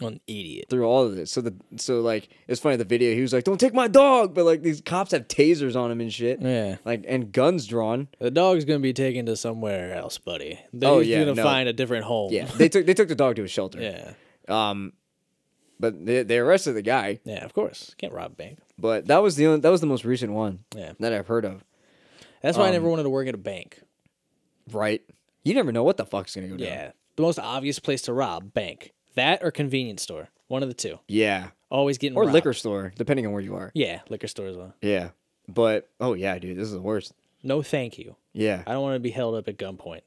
[SPEAKER 2] an idiot.
[SPEAKER 1] through all of this. So the so like it's funny the video. He was like, "Don't take my dog," but like these cops have tasers on him and shit,
[SPEAKER 2] Yeah.
[SPEAKER 1] like and guns drawn.
[SPEAKER 2] The dog's gonna be taken to somewhere else, buddy. They're
[SPEAKER 1] Oh, yeah,
[SPEAKER 2] gonna
[SPEAKER 1] no.
[SPEAKER 2] find a different home.
[SPEAKER 1] Yeah, they took they took the dog to a shelter.
[SPEAKER 2] Yeah.
[SPEAKER 1] Um, but they, they arrested the guy.
[SPEAKER 2] Yeah. Of course, can't rob a bank.
[SPEAKER 1] But that was the only, that was the most recent one
[SPEAKER 2] Yeah.
[SPEAKER 1] that I've heard of.
[SPEAKER 2] That's why
[SPEAKER 1] Um,
[SPEAKER 2] I never wanted to work at a bank.
[SPEAKER 1] Right. You never know what the fuck's gonna go down.
[SPEAKER 2] Yeah. The most obvious place to rob bank. That or convenience store. One of the two.
[SPEAKER 1] Yeah.
[SPEAKER 2] Always getting
[SPEAKER 1] Or
[SPEAKER 2] robbed.
[SPEAKER 1] liquor store, depending on where you are.
[SPEAKER 2] Yeah, liquor store as well.
[SPEAKER 1] Yeah. But oh yeah, dude, this is the worst.
[SPEAKER 2] No, thank you.
[SPEAKER 1] Yeah.
[SPEAKER 2] I don't want to be held up at gunpoint.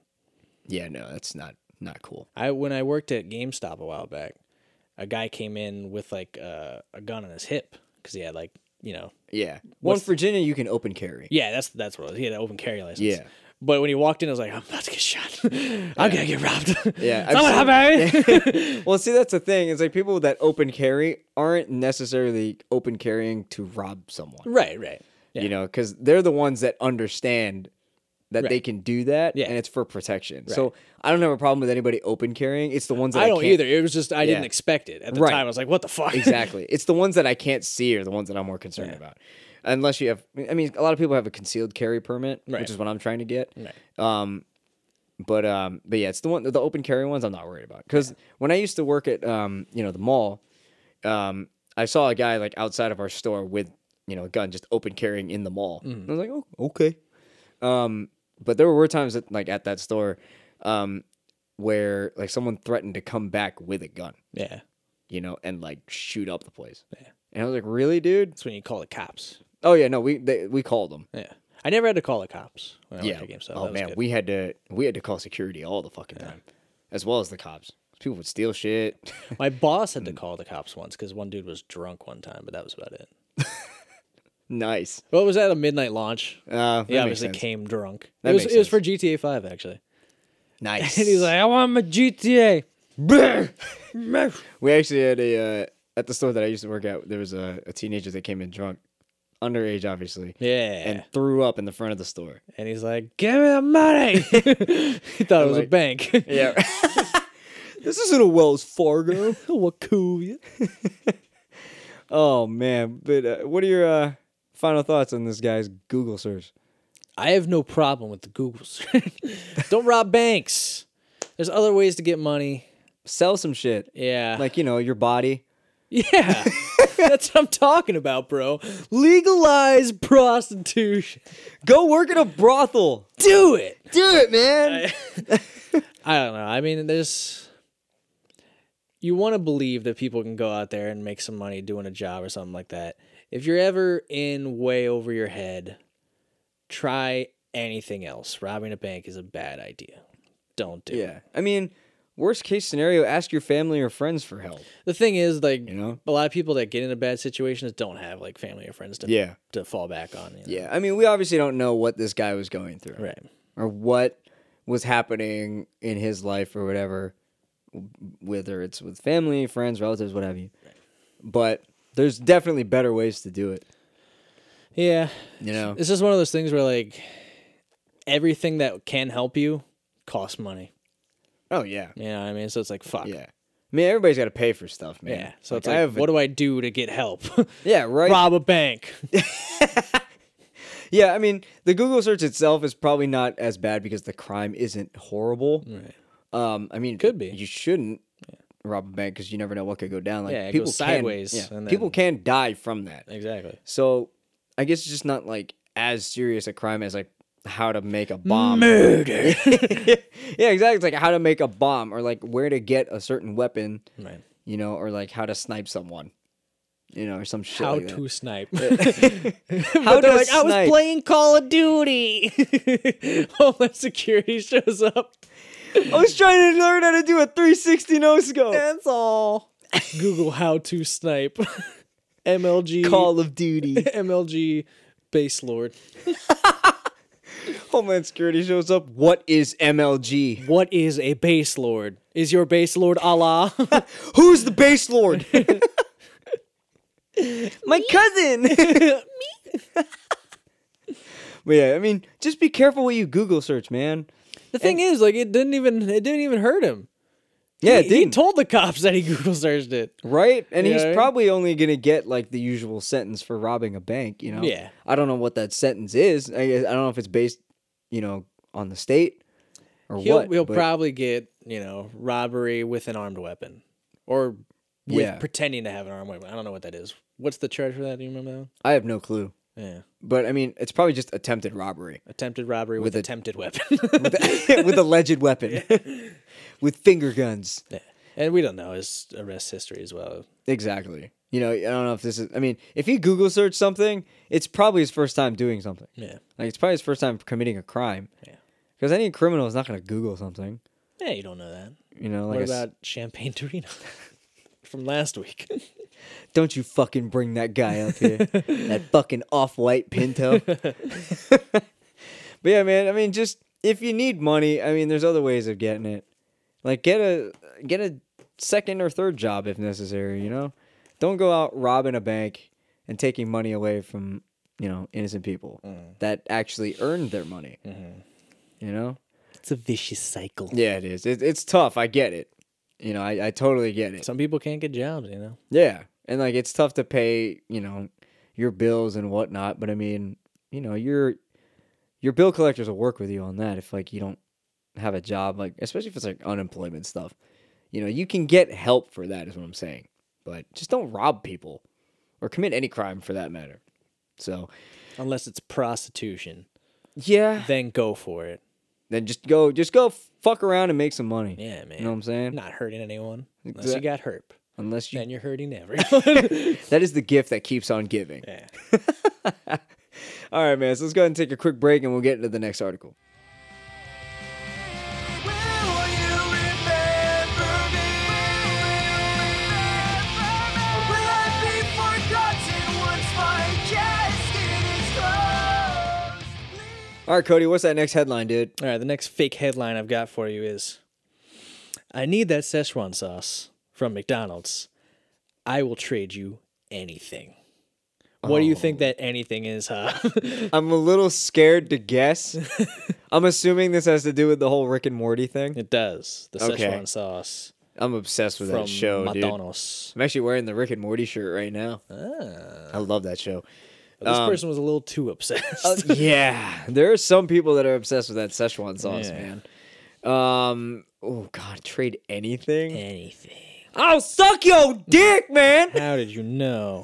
[SPEAKER 1] Yeah, no, that's not not cool.
[SPEAKER 2] I when I worked at GameStop a while back, a guy came in with like uh, a gun on his hip because he had like you know
[SPEAKER 1] Yeah. Well in Virginia you can open carry.
[SPEAKER 2] yeah that's that's what it was. he had an open carry license.
[SPEAKER 1] Yeah.
[SPEAKER 2] But when he walked in, I was like, I'm about to get shot. *laughs* I'm gonna get robbed.
[SPEAKER 1] Yeah,
[SPEAKER 2] *laughs*
[SPEAKER 1] I've
[SPEAKER 2] Someone
[SPEAKER 1] seen- *laughs*
[SPEAKER 2] help me.
[SPEAKER 1] Well see that's the thing, is like people that open carry aren't necessarily open carrying to rob someone.
[SPEAKER 2] *laughs* right, right. Yeah.
[SPEAKER 1] You know, because they're the ones that understand that they
[SPEAKER 2] Right.
[SPEAKER 1] can do that
[SPEAKER 2] Yeah.
[SPEAKER 1] and it's for protection. So I don't have a problem with anybody open carrying. It's the ones that I,
[SPEAKER 2] I don't
[SPEAKER 1] can't-
[SPEAKER 2] either. It was just I didn't
[SPEAKER 1] Yeah.
[SPEAKER 2] expect it at the
[SPEAKER 1] Right.
[SPEAKER 2] time. I was like, what the fuck?
[SPEAKER 1] exactly. It's the ones that I can't see are the ones that I'm more concerned about. Unless you have, I mean, a lot of people have a concealed carry permit,
[SPEAKER 2] Right.
[SPEAKER 1] which is what I'm trying to get.
[SPEAKER 2] Right.
[SPEAKER 1] Um, but um, but yeah, it's the one the open carry ones I'm not worried about because when I used to work at um, you know, the mall, um, I saw a guy like outside of our store with you know a gun just open carrying in the mall.
[SPEAKER 2] Mm.
[SPEAKER 1] I was like, oh, okay. Um, but there were times that like at that store, um, where like someone threatened to come back with a gun
[SPEAKER 2] *laughs* yeah.
[SPEAKER 1] you know, and like shoot up the place. And I was like, really, dude?
[SPEAKER 2] That's when you call the cops.
[SPEAKER 1] Oh yeah, no, we they, we called them.
[SPEAKER 2] Yeah. I never had to call the cops. When I
[SPEAKER 1] yeah.
[SPEAKER 2] Worked at GameStop.
[SPEAKER 1] oh
[SPEAKER 2] That was
[SPEAKER 1] man,
[SPEAKER 2] good.
[SPEAKER 1] we had to we had to call security all the fucking time, as well as the cops. People would steal shit. *laughs*
[SPEAKER 2] My boss had to
[SPEAKER 1] Mm.
[SPEAKER 2] call the cops once because one dude was drunk one time, but that was about it.
[SPEAKER 1] nice.
[SPEAKER 2] Well, it was at a midnight launch.
[SPEAKER 1] Uh, that
[SPEAKER 2] He
[SPEAKER 1] makes
[SPEAKER 2] obviously
[SPEAKER 1] sense.
[SPEAKER 2] came drunk.
[SPEAKER 1] That
[SPEAKER 2] it was
[SPEAKER 1] makes
[SPEAKER 2] it was
[SPEAKER 1] sense.
[SPEAKER 2] for GTA Five actually, *laughs*
[SPEAKER 1] Nice.
[SPEAKER 2] and he's like, "I want
[SPEAKER 1] *laughs*
[SPEAKER 2] my *laughs* GTA."
[SPEAKER 1] we actually had a uh, at the store that I used to work at. There was a, a teenager that came in drunk, underage obviously,
[SPEAKER 2] Yeah,
[SPEAKER 1] and
[SPEAKER 2] and,
[SPEAKER 1] threw up in the front of the store.
[SPEAKER 2] he's like, "Give me
[SPEAKER 1] *laughs*
[SPEAKER 2] the money." he thought it was a
[SPEAKER 1] like- *laughs*
[SPEAKER 2] bank. *laughs*
[SPEAKER 1] Yeah. this isn't a Wells Fargo.
[SPEAKER 2] Wachovia.
[SPEAKER 1] Oh man, but uh, what are your uh, Final thoughts on this guy's Google search.
[SPEAKER 2] I have no problem with the Google search. *laughs* Don't rob banks. There's other ways to get money.
[SPEAKER 1] Sell some shit.
[SPEAKER 2] Yeah.
[SPEAKER 1] Like, you know, your body.
[SPEAKER 2] *laughs* yeah. That's what I'm talking about, bro. Legalize prostitution.
[SPEAKER 1] Go work in a brothel.
[SPEAKER 2] Do it.
[SPEAKER 1] Do it, man.
[SPEAKER 2] I don't know. I mean, there's. You want to believe that people can go out there and make some money doing a job or something like that. If you're ever in way over your head, try anything else. Robbing a bank is a bad idea. Don't do
[SPEAKER 1] *laughs*
[SPEAKER 2] it.
[SPEAKER 1] yeah. I mean, worst case scenario, ask your family or friends for help.
[SPEAKER 2] The thing is, like,
[SPEAKER 1] You know?
[SPEAKER 2] a lot of people that get into bad situations don't have, like, family or friends to,
[SPEAKER 1] Yeah.
[SPEAKER 2] to fall back on. you know?
[SPEAKER 1] Yeah. I mean, we obviously don't know what this guy was going through
[SPEAKER 2] Right.
[SPEAKER 1] or what was happening in his life or whatever, w- whether it's with family, friends, relatives, what have you. But there's definitely better ways to do it,
[SPEAKER 2] Yeah.
[SPEAKER 1] you know?
[SPEAKER 2] It's just one of those things where, like, everything that can help you costs money.
[SPEAKER 1] Oh, yeah.
[SPEAKER 2] You know what I mean? So it's like, fuck.
[SPEAKER 1] Yeah. I mean, everybody's got to pay for stuff, man.
[SPEAKER 2] Yeah. So it's
[SPEAKER 1] I
[SPEAKER 2] like,
[SPEAKER 1] have a-
[SPEAKER 2] what do I do to get help?
[SPEAKER 1] yeah, *laughs* right.
[SPEAKER 2] *laughs* Rob
[SPEAKER 1] *laughs*
[SPEAKER 2] a bank.
[SPEAKER 1] Yeah, I mean, the Google search itself is probably not as bad because the crime isn't horrible.
[SPEAKER 2] Right.
[SPEAKER 1] Um, I mean,
[SPEAKER 2] Could be.
[SPEAKER 1] You shouldn't rob a bank because you never know what could go down. Like
[SPEAKER 2] Yeah, it
[SPEAKER 1] people
[SPEAKER 2] goes
[SPEAKER 1] can-
[SPEAKER 2] sideways
[SPEAKER 1] yeah,
[SPEAKER 2] and
[SPEAKER 1] people can die from that.
[SPEAKER 2] Exactly.
[SPEAKER 1] So, I guess it's just not like as serious a crime as like how to make a bomb.
[SPEAKER 2] *laughs* Murder.
[SPEAKER 1] *laughs* yeah, exactly. It's like how to make a bomb or like where to get a certain weapon,
[SPEAKER 2] Right.
[SPEAKER 1] you know, or like how to snipe someone, you know, or some shit.
[SPEAKER 2] How
[SPEAKER 1] like that.
[SPEAKER 2] to snipe.
[SPEAKER 1] How
[SPEAKER 2] *laughs* But they're
[SPEAKER 1] to
[SPEAKER 2] like, I was
[SPEAKER 1] snipe."
[SPEAKER 2] playing Call of
[SPEAKER 1] *laughs*
[SPEAKER 2] Duty. Homeland Security *laughs* shows up.
[SPEAKER 1] I was trying to learn how to do a 360 no scope.
[SPEAKER 2] *laughs* That's all. Google how to snipe.
[SPEAKER 1] *laughs*
[SPEAKER 2] MLG. *laughs*
[SPEAKER 1] Call of Duty.
[SPEAKER 2] MLG base lord.
[SPEAKER 1] *laughs* Homeland Security shows up. What is MLG?
[SPEAKER 2] What is a base lord? Is your base
[SPEAKER 1] *laughs*
[SPEAKER 2] lord Allah? *laughs*
[SPEAKER 1] Who's the base lord? My cousin. *laughs* but yeah, I mean, just be careful what you Google search, man.
[SPEAKER 2] The thing is, like, it didn't even it didn't even hurt him.
[SPEAKER 1] Yeah,
[SPEAKER 2] he,
[SPEAKER 1] it
[SPEAKER 2] he
[SPEAKER 1] didn't,
[SPEAKER 2] told the cops that he *laughs* Google searched it.
[SPEAKER 1] right? And
[SPEAKER 2] Yeah,
[SPEAKER 1] he's
[SPEAKER 2] right?
[SPEAKER 1] probably only gonna get like the usual sentence for robbing a bank. You know?
[SPEAKER 2] Yeah.
[SPEAKER 1] I don't know what that sentence is. I guess, I don't know if it's based, you know, on the state or
[SPEAKER 2] He'll
[SPEAKER 1] what.
[SPEAKER 2] he'll
[SPEAKER 1] but-
[SPEAKER 2] probably get you know robbery with an armed weapon, or with
[SPEAKER 1] Yeah.
[SPEAKER 2] pretending to have an armed weapon. I don't know what that is. What's the charge for that? Do you remember that? One?
[SPEAKER 1] I have no clue.
[SPEAKER 2] Yeah,
[SPEAKER 1] But I mean, it's probably just attempted robbery.
[SPEAKER 2] attempted robbery with,
[SPEAKER 1] With a-
[SPEAKER 2] attempted weapon.
[SPEAKER 1] *laughs* with alleged weapon, *laughs* with finger guns.
[SPEAKER 2] Yeah. *laughs* And we don't know his arrest history as well.
[SPEAKER 1] Exactly. You know, I don't know if this is. I mean, if he Google searched something, it's probably his first time doing something.
[SPEAKER 2] Yeah,
[SPEAKER 1] Like it's probably his first time committing a crime.
[SPEAKER 2] Yeah.
[SPEAKER 1] Because any criminal is not going to Google something.
[SPEAKER 2] yeah, you don't know that.
[SPEAKER 1] You know, like
[SPEAKER 2] what
[SPEAKER 1] a s-
[SPEAKER 2] about Champagne Torino *laughs* from last week? *laughs*
[SPEAKER 1] don't you fucking bring that guy up *laughs* here, that fucking off-white *laughs* Pinto. but yeah, man. I mean, just if you need money, I mean, there's other ways of getting it. Like get a get a second or third job if necessary. You know, don't go out robbing a bank and taking money away from you know innocent people that actually earned their money. You know.
[SPEAKER 2] it's a vicious cycle.
[SPEAKER 1] Mm-hmm. Yeah, it is. It, it's tough. I get it. You know, I, I totally get it.
[SPEAKER 2] Some people can't get jobs, you know.
[SPEAKER 1] Yeah. And like it's tough to pay, you know, your bills and whatnot, but I mean, you know, your your bill collectors will work with you on that if like you don't have a job, like especially if it's like unemployment stuff. You know, you can get help for that is what I'm saying. But just don't rob people or commit any crime for that matter. So
[SPEAKER 2] Unless it's prostitution,
[SPEAKER 1] Yeah.
[SPEAKER 2] then go for it.
[SPEAKER 1] Then just go just go fuck around and make some money.
[SPEAKER 2] Yeah, man.
[SPEAKER 1] You know what I'm saying?
[SPEAKER 2] not hurting anyone unless
[SPEAKER 1] Exact-
[SPEAKER 2] you got herp.
[SPEAKER 1] Unless you
[SPEAKER 2] Then you're
[SPEAKER 1] *laughs*
[SPEAKER 2] hurting everyone. *laughs*
[SPEAKER 1] that is the gift that keeps on giving.
[SPEAKER 2] yeah.
[SPEAKER 1] All right, man. So let's go ahead and take a quick break and we'll get into the next article.
[SPEAKER 3] Will you remember me? Will I be forgotten once my casket is closed?
[SPEAKER 1] All right, Cody, what's that next headline, dude?
[SPEAKER 2] All right. The next fake headline I've got for you is I need that Szechuan sauce from McDonald's. I will trade you anything. What do you
[SPEAKER 1] Oh.
[SPEAKER 2] think that anything is, huh? *laughs*
[SPEAKER 1] I'm a little scared to guess. I'm assuming this has to do with the whole Rick and Morty thing.
[SPEAKER 2] it does. The
[SPEAKER 1] Okay.
[SPEAKER 2] Szechuan sauce
[SPEAKER 1] I'm obsessed with
[SPEAKER 2] from
[SPEAKER 1] that show, dude.
[SPEAKER 2] McDonald's. Ah. *laughs*
[SPEAKER 1] I'm actually wearing the Rick and Morty shirt right now. I love that show. Uh,
[SPEAKER 2] This person was a little too obsessed.
[SPEAKER 1] yeah, there are some people that are obsessed with that Szechuan sauce,
[SPEAKER 2] Yeah.
[SPEAKER 1] man. Um, oh god, trade anything?
[SPEAKER 2] *laughs* Anything.
[SPEAKER 1] I'll suck your dick, man.
[SPEAKER 2] How did
[SPEAKER 1] *laughs*
[SPEAKER 2] you know?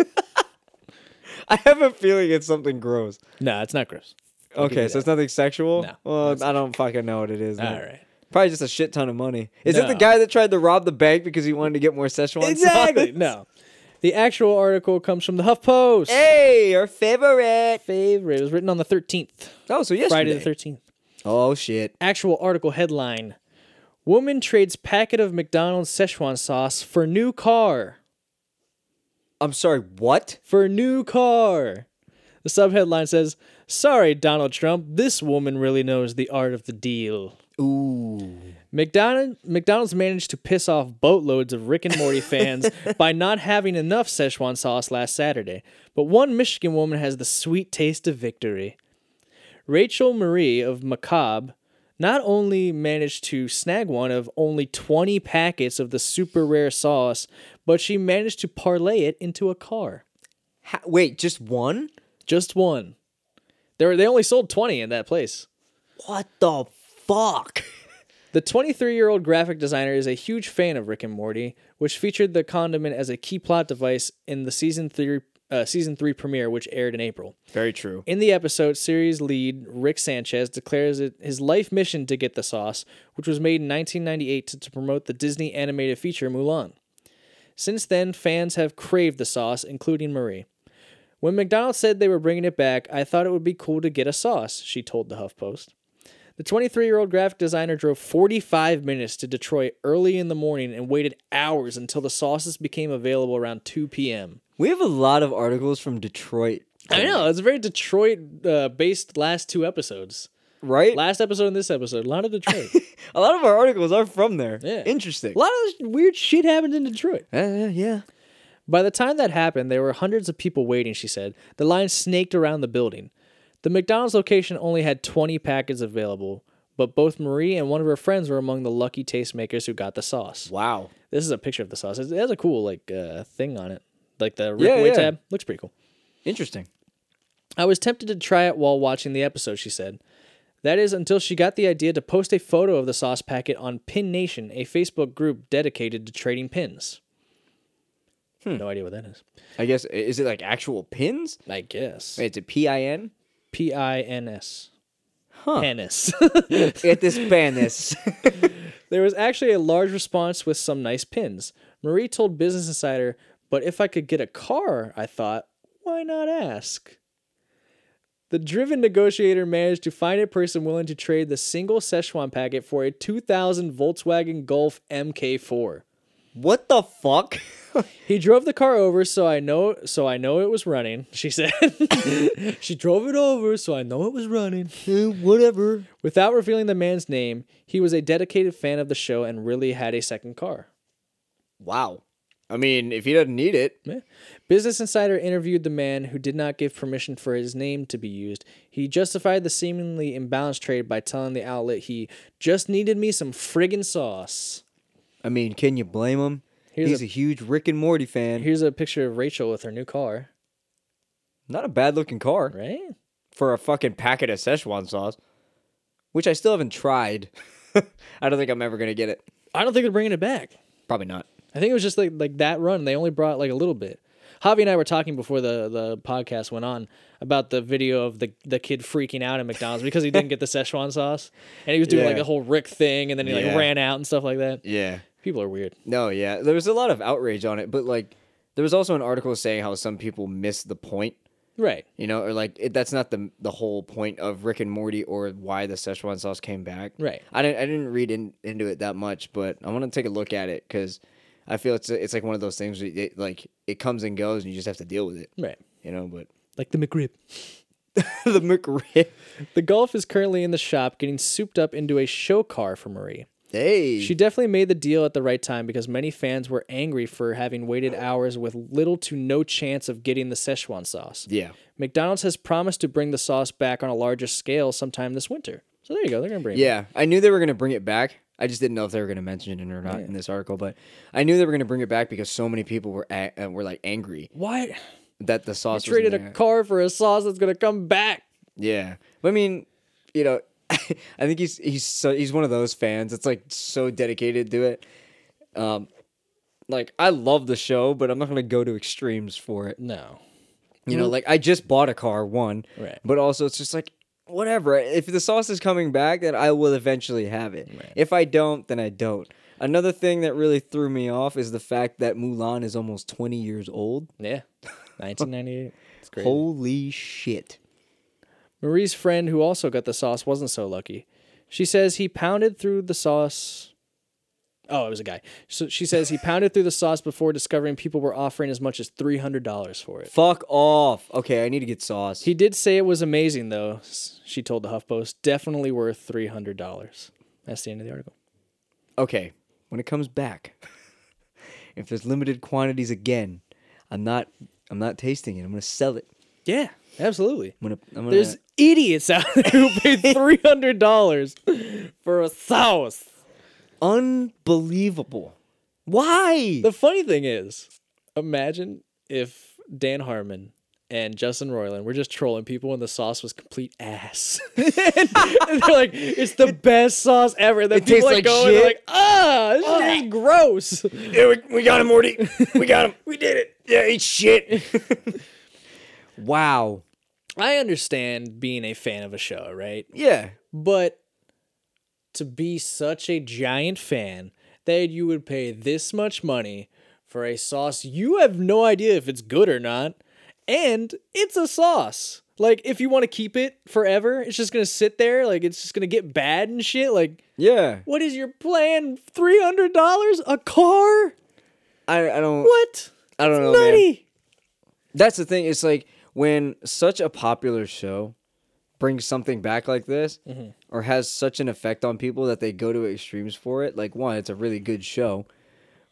[SPEAKER 1] I have a feeling it's something gross.
[SPEAKER 2] no, it's not gross.
[SPEAKER 1] Okay, so it's nothing sexual.
[SPEAKER 2] No.
[SPEAKER 1] well, I don't fucking know what it is.
[SPEAKER 2] All
[SPEAKER 1] man.
[SPEAKER 2] right.
[SPEAKER 1] Probably just a shit ton of money. Is it the
[SPEAKER 2] No.
[SPEAKER 1] guy that tried to rob the bank because he wanted to get more Szechuan *laughs*
[SPEAKER 2] Exactly.
[SPEAKER 1] sauce?
[SPEAKER 2] *laughs* No. The actual article comes from the HuffPost.
[SPEAKER 1] Hey, our favorite.
[SPEAKER 2] Favorite. It was written on the 13th,
[SPEAKER 1] Oh, so yesterday.
[SPEAKER 2] Friday the 13th.
[SPEAKER 1] Oh shit.
[SPEAKER 2] Actual article headline Woman trades packet of McDonald's Szechuan sauce for new car.
[SPEAKER 1] I'm sorry. What?
[SPEAKER 2] For new car. The subheadline says, Sorry, Donald Trump, this woman really knows the art of the deal.
[SPEAKER 1] Ooh.
[SPEAKER 2] McDonald, McDonald's managed to piss off boatloads of Rick and Morty fans by not having enough Szechuan sauce last Saturday, but one Michigan woman has the sweet taste of victory. Rachel Marie of Macabre not only managed to snag one of only 20 packets of the super rare sauce, but she managed to parlay it into a car.
[SPEAKER 1] Ha- wait, just one?
[SPEAKER 2] Just one. They, were, they only sold 20 in that place.
[SPEAKER 1] What the fuck?
[SPEAKER 2] The 23 year old graphic designer is a huge fan of Rick and Morty, which featured the condiment as a key plot device in the season three, uh, season three premiere, which aired in April.
[SPEAKER 1] Very true.
[SPEAKER 2] In the episode, series lead Rick Sanchez declares it his life mission to get the sauce, which was made in 1998 to, to promote the Disney animated feature Mulan. Since then, fans have craved the sauce, including Marie. When McDonald's said they were bringing it back, I thought it would be cool to get a sauce, she told the HuffPost. The 23 year old graphic designer drove 45 minutes to Detroit early in the morning and waited hours until the sauces became available around 2 p.m.
[SPEAKER 1] We have a lot of articles from Detroit,
[SPEAKER 2] I know. It's very Detroit uh, based last two episodes.
[SPEAKER 1] right?
[SPEAKER 2] Last episode and this episode. A lot of Detroit.
[SPEAKER 1] A lot of our articles are from there.
[SPEAKER 2] Yeah.
[SPEAKER 1] Interesting.
[SPEAKER 2] *laughs* a lot of weird shit happened in Detroit.
[SPEAKER 1] Uh, yeah, yeah.
[SPEAKER 2] By the time that happened, there were hundreds of people waiting, she said. The line snaked around the building. The McDonald's location only had 20 packets available, but both Marie and one of her friends were among the lucky tastemakers who got the sauce.
[SPEAKER 1] Wow.
[SPEAKER 2] This is a picture of the sauce. It has a cool like uh, thing on it, like the
[SPEAKER 1] Yeah,
[SPEAKER 2] rip away
[SPEAKER 1] yeah.
[SPEAKER 2] tab. Looks pretty cool.
[SPEAKER 1] Interesting.
[SPEAKER 2] I was tempted to try it while watching the episode, she said. That is until she got the idea to post a photo of the sauce packet on Pin Nation, a Facebook group dedicated to trading pins. No idea what that is.
[SPEAKER 1] I guess i- is it like actual pins?
[SPEAKER 2] I guess.
[SPEAKER 1] Wait, it's a P I N.
[SPEAKER 2] P I N S.
[SPEAKER 1] Huh.
[SPEAKER 2] Penis. *laughs*
[SPEAKER 1] Get this penis.
[SPEAKER 2] there was actually a large response with some nice pins. Marie told Business Insider, but if I could get a car, I thought, why not ask? The driven negotiator managed to find a person willing to trade the single Szechuan packet for a 2000 Volkswagen Golf MK4.
[SPEAKER 1] what the fuck? *laughs*
[SPEAKER 2] He drove the car over so I know so I know it was running, she *laughs* said. she drove it over so I know it was running.
[SPEAKER 1] Whatever.
[SPEAKER 2] Without revealing the man's name, he was a dedicated fan of the show and really had a second car.
[SPEAKER 1] Wow. I mean, if he doesn't need it,
[SPEAKER 2] Meh. Business Insider interviewed the man who did not give permission for his name to be used. He justified the seemingly imbalanced trade by telling the outlet he just needed me some friggin' sauce.
[SPEAKER 1] I mean, can you blame him?
[SPEAKER 2] Here's
[SPEAKER 1] He's
[SPEAKER 2] a-
[SPEAKER 1] a, huge Rick and Morty fan.
[SPEAKER 2] Here's a picture of Rachel with her new car,
[SPEAKER 1] Not a bad looking car
[SPEAKER 2] right?
[SPEAKER 1] for a fucking packet of Szechuan sauce, which I still haven't tried. *laughs* I don't think I'm ever gonna get it.
[SPEAKER 2] I don't think they're bringing it back.
[SPEAKER 1] Probably not.
[SPEAKER 2] I think it was just like like that run. They only brought like a little bit. Javi and I were talking before the, the podcast went on about the video of the, the kid freaking out at McDonald's because he didn't get the *laughs* Szechuan sauce, and he was doing like
[SPEAKER 1] Yeah.
[SPEAKER 2] the whole Rick thing, and then he like
[SPEAKER 1] Yeah.
[SPEAKER 2] ran out and stuff like that.
[SPEAKER 1] Yeah.
[SPEAKER 2] People are weird.
[SPEAKER 1] No, yeah. There was a lot of outrage on it, but like there was also an article saying how some people miss the point,
[SPEAKER 2] Right.
[SPEAKER 1] you know, or like it, that's not the the whole point of Rick and Morty or why the Szechuan sauce came back.
[SPEAKER 2] Right.
[SPEAKER 1] I didn't I didn't read in, into it that much, but I want to take a look at it cuz I feel it's it's like one of those things where it, like it comes and goes and you just have to deal with it.
[SPEAKER 2] Right.
[SPEAKER 1] You know, but *laughs*
[SPEAKER 2] Like the McRib.
[SPEAKER 1] the McRib.
[SPEAKER 2] The Golf is currently in the shop getting souped up into a show car for Marie.
[SPEAKER 1] Hey.
[SPEAKER 2] She definitely made the deal at the right time because many fans were angry for having waited hours with little to no chance of getting the Szechuan sauce.
[SPEAKER 1] yeah.
[SPEAKER 2] McDonald's has promised to bring the sauce back on a larger scale sometime this winter. So there you go. They're going to bring it.
[SPEAKER 1] Yeah, I knew they were going to bring it back. I just didn't know if they were going to mention it or not in this article, but I knew they were going to bring it back because so many people were a- uh, were like angry.
[SPEAKER 2] What?
[SPEAKER 1] that the sauce
[SPEAKER 2] You traded
[SPEAKER 1] was in
[SPEAKER 2] a
[SPEAKER 1] there.
[SPEAKER 2] car for a sauce that's gonna come back.
[SPEAKER 1] Yeah, but I mean, you know, *laughs* I think he's he's so he's one of those fans that's like so dedicated to it. Um, like I love the show, but I'm not gonna go to extremes for it.
[SPEAKER 2] No.
[SPEAKER 1] You know, like I just bought a car, one,
[SPEAKER 2] Mm-hmm. Right.
[SPEAKER 1] but also it's just like whatever. If the sauce is coming back, then I will eventually have it. If I don't, then I don't. Another thing that really threw me off is the fact that Mulan is almost 20 years old.
[SPEAKER 2] Yeah. *laughs* 1998. It's great.
[SPEAKER 1] Holy shit.
[SPEAKER 2] Marie's friend, who also got the sauce, wasn't so lucky. She says he pounded through the sauce. Oh, it was a guy. So she says he pounded through the sauce before discovering people were offering as much as three hundred dollars for it.
[SPEAKER 1] Fuck off. Okay, I need to get sauce.
[SPEAKER 2] He did say it was amazing, though. s- She told the HuffPost, "Definitely worth three hundred dollars." That's the end of the article.
[SPEAKER 1] okay, when it comes back, *laughs* if there's limited quantities again, I'm not I'm not tasting it. I'm gonna sell it.
[SPEAKER 2] Yeah, absolutely.
[SPEAKER 1] I'm gonna I'm gonna
[SPEAKER 2] There's idiots out there who paid three hundred dollars for a sauce.
[SPEAKER 1] unbelievable. Why?
[SPEAKER 2] The funny thing is, imagine if Dan Harmon and Justin Roiland were just trolling people and the sauce was complete ass. *laughs* and, they're like, it's the best sauce ever. And then
[SPEAKER 1] tastes
[SPEAKER 2] people are
[SPEAKER 1] like
[SPEAKER 2] going, they're
[SPEAKER 1] shit.
[SPEAKER 2] like, ah, this is gross.
[SPEAKER 1] we, got him, Morty. We got him. we did it. Yeah, eat shit. *laughs* wow.
[SPEAKER 2] I understand being a fan of a show, right?
[SPEAKER 1] Yeah.
[SPEAKER 2] But to be such a giant fan that you would pay this much money for a sauce you have no idea if it's good or not, and it's a sauce. Like if you want to keep it forever, it's just gonna sit there. Like it's just gonna get bad and shit. Like
[SPEAKER 1] Yeah.
[SPEAKER 2] what is your plan? Three hundred dollars a car?
[SPEAKER 1] I, I don't
[SPEAKER 2] What?
[SPEAKER 1] I don't know. man.
[SPEAKER 2] Nutty.
[SPEAKER 1] That's the thing. It's like when such a popular show brings something back like this
[SPEAKER 2] Mm-hmm.
[SPEAKER 1] or has such an effect on people that they go to extremes for it. Like, one, it's a really good show.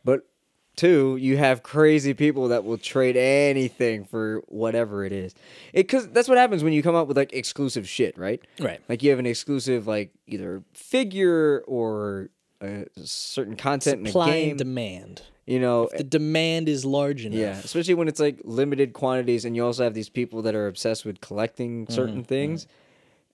[SPEAKER 1] But two, you have crazy people that will trade anything for whatever it is. It cuz that's what happens when you come up with like exclusive shit, right?
[SPEAKER 2] Right.
[SPEAKER 1] Like you have an exclusive like either figure or a certain content
[SPEAKER 2] Supply
[SPEAKER 1] in a game,
[SPEAKER 2] and demand.
[SPEAKER 1] you know,
[SPEAKER 2] The demand is large enough.
[SPEAKER 1] yeah, especially when it's like limited quantities, and you also have these people that are obsessed with collecting
[SPEAKER 2] Mm-hmm.
[SPEAKER 1] certain things.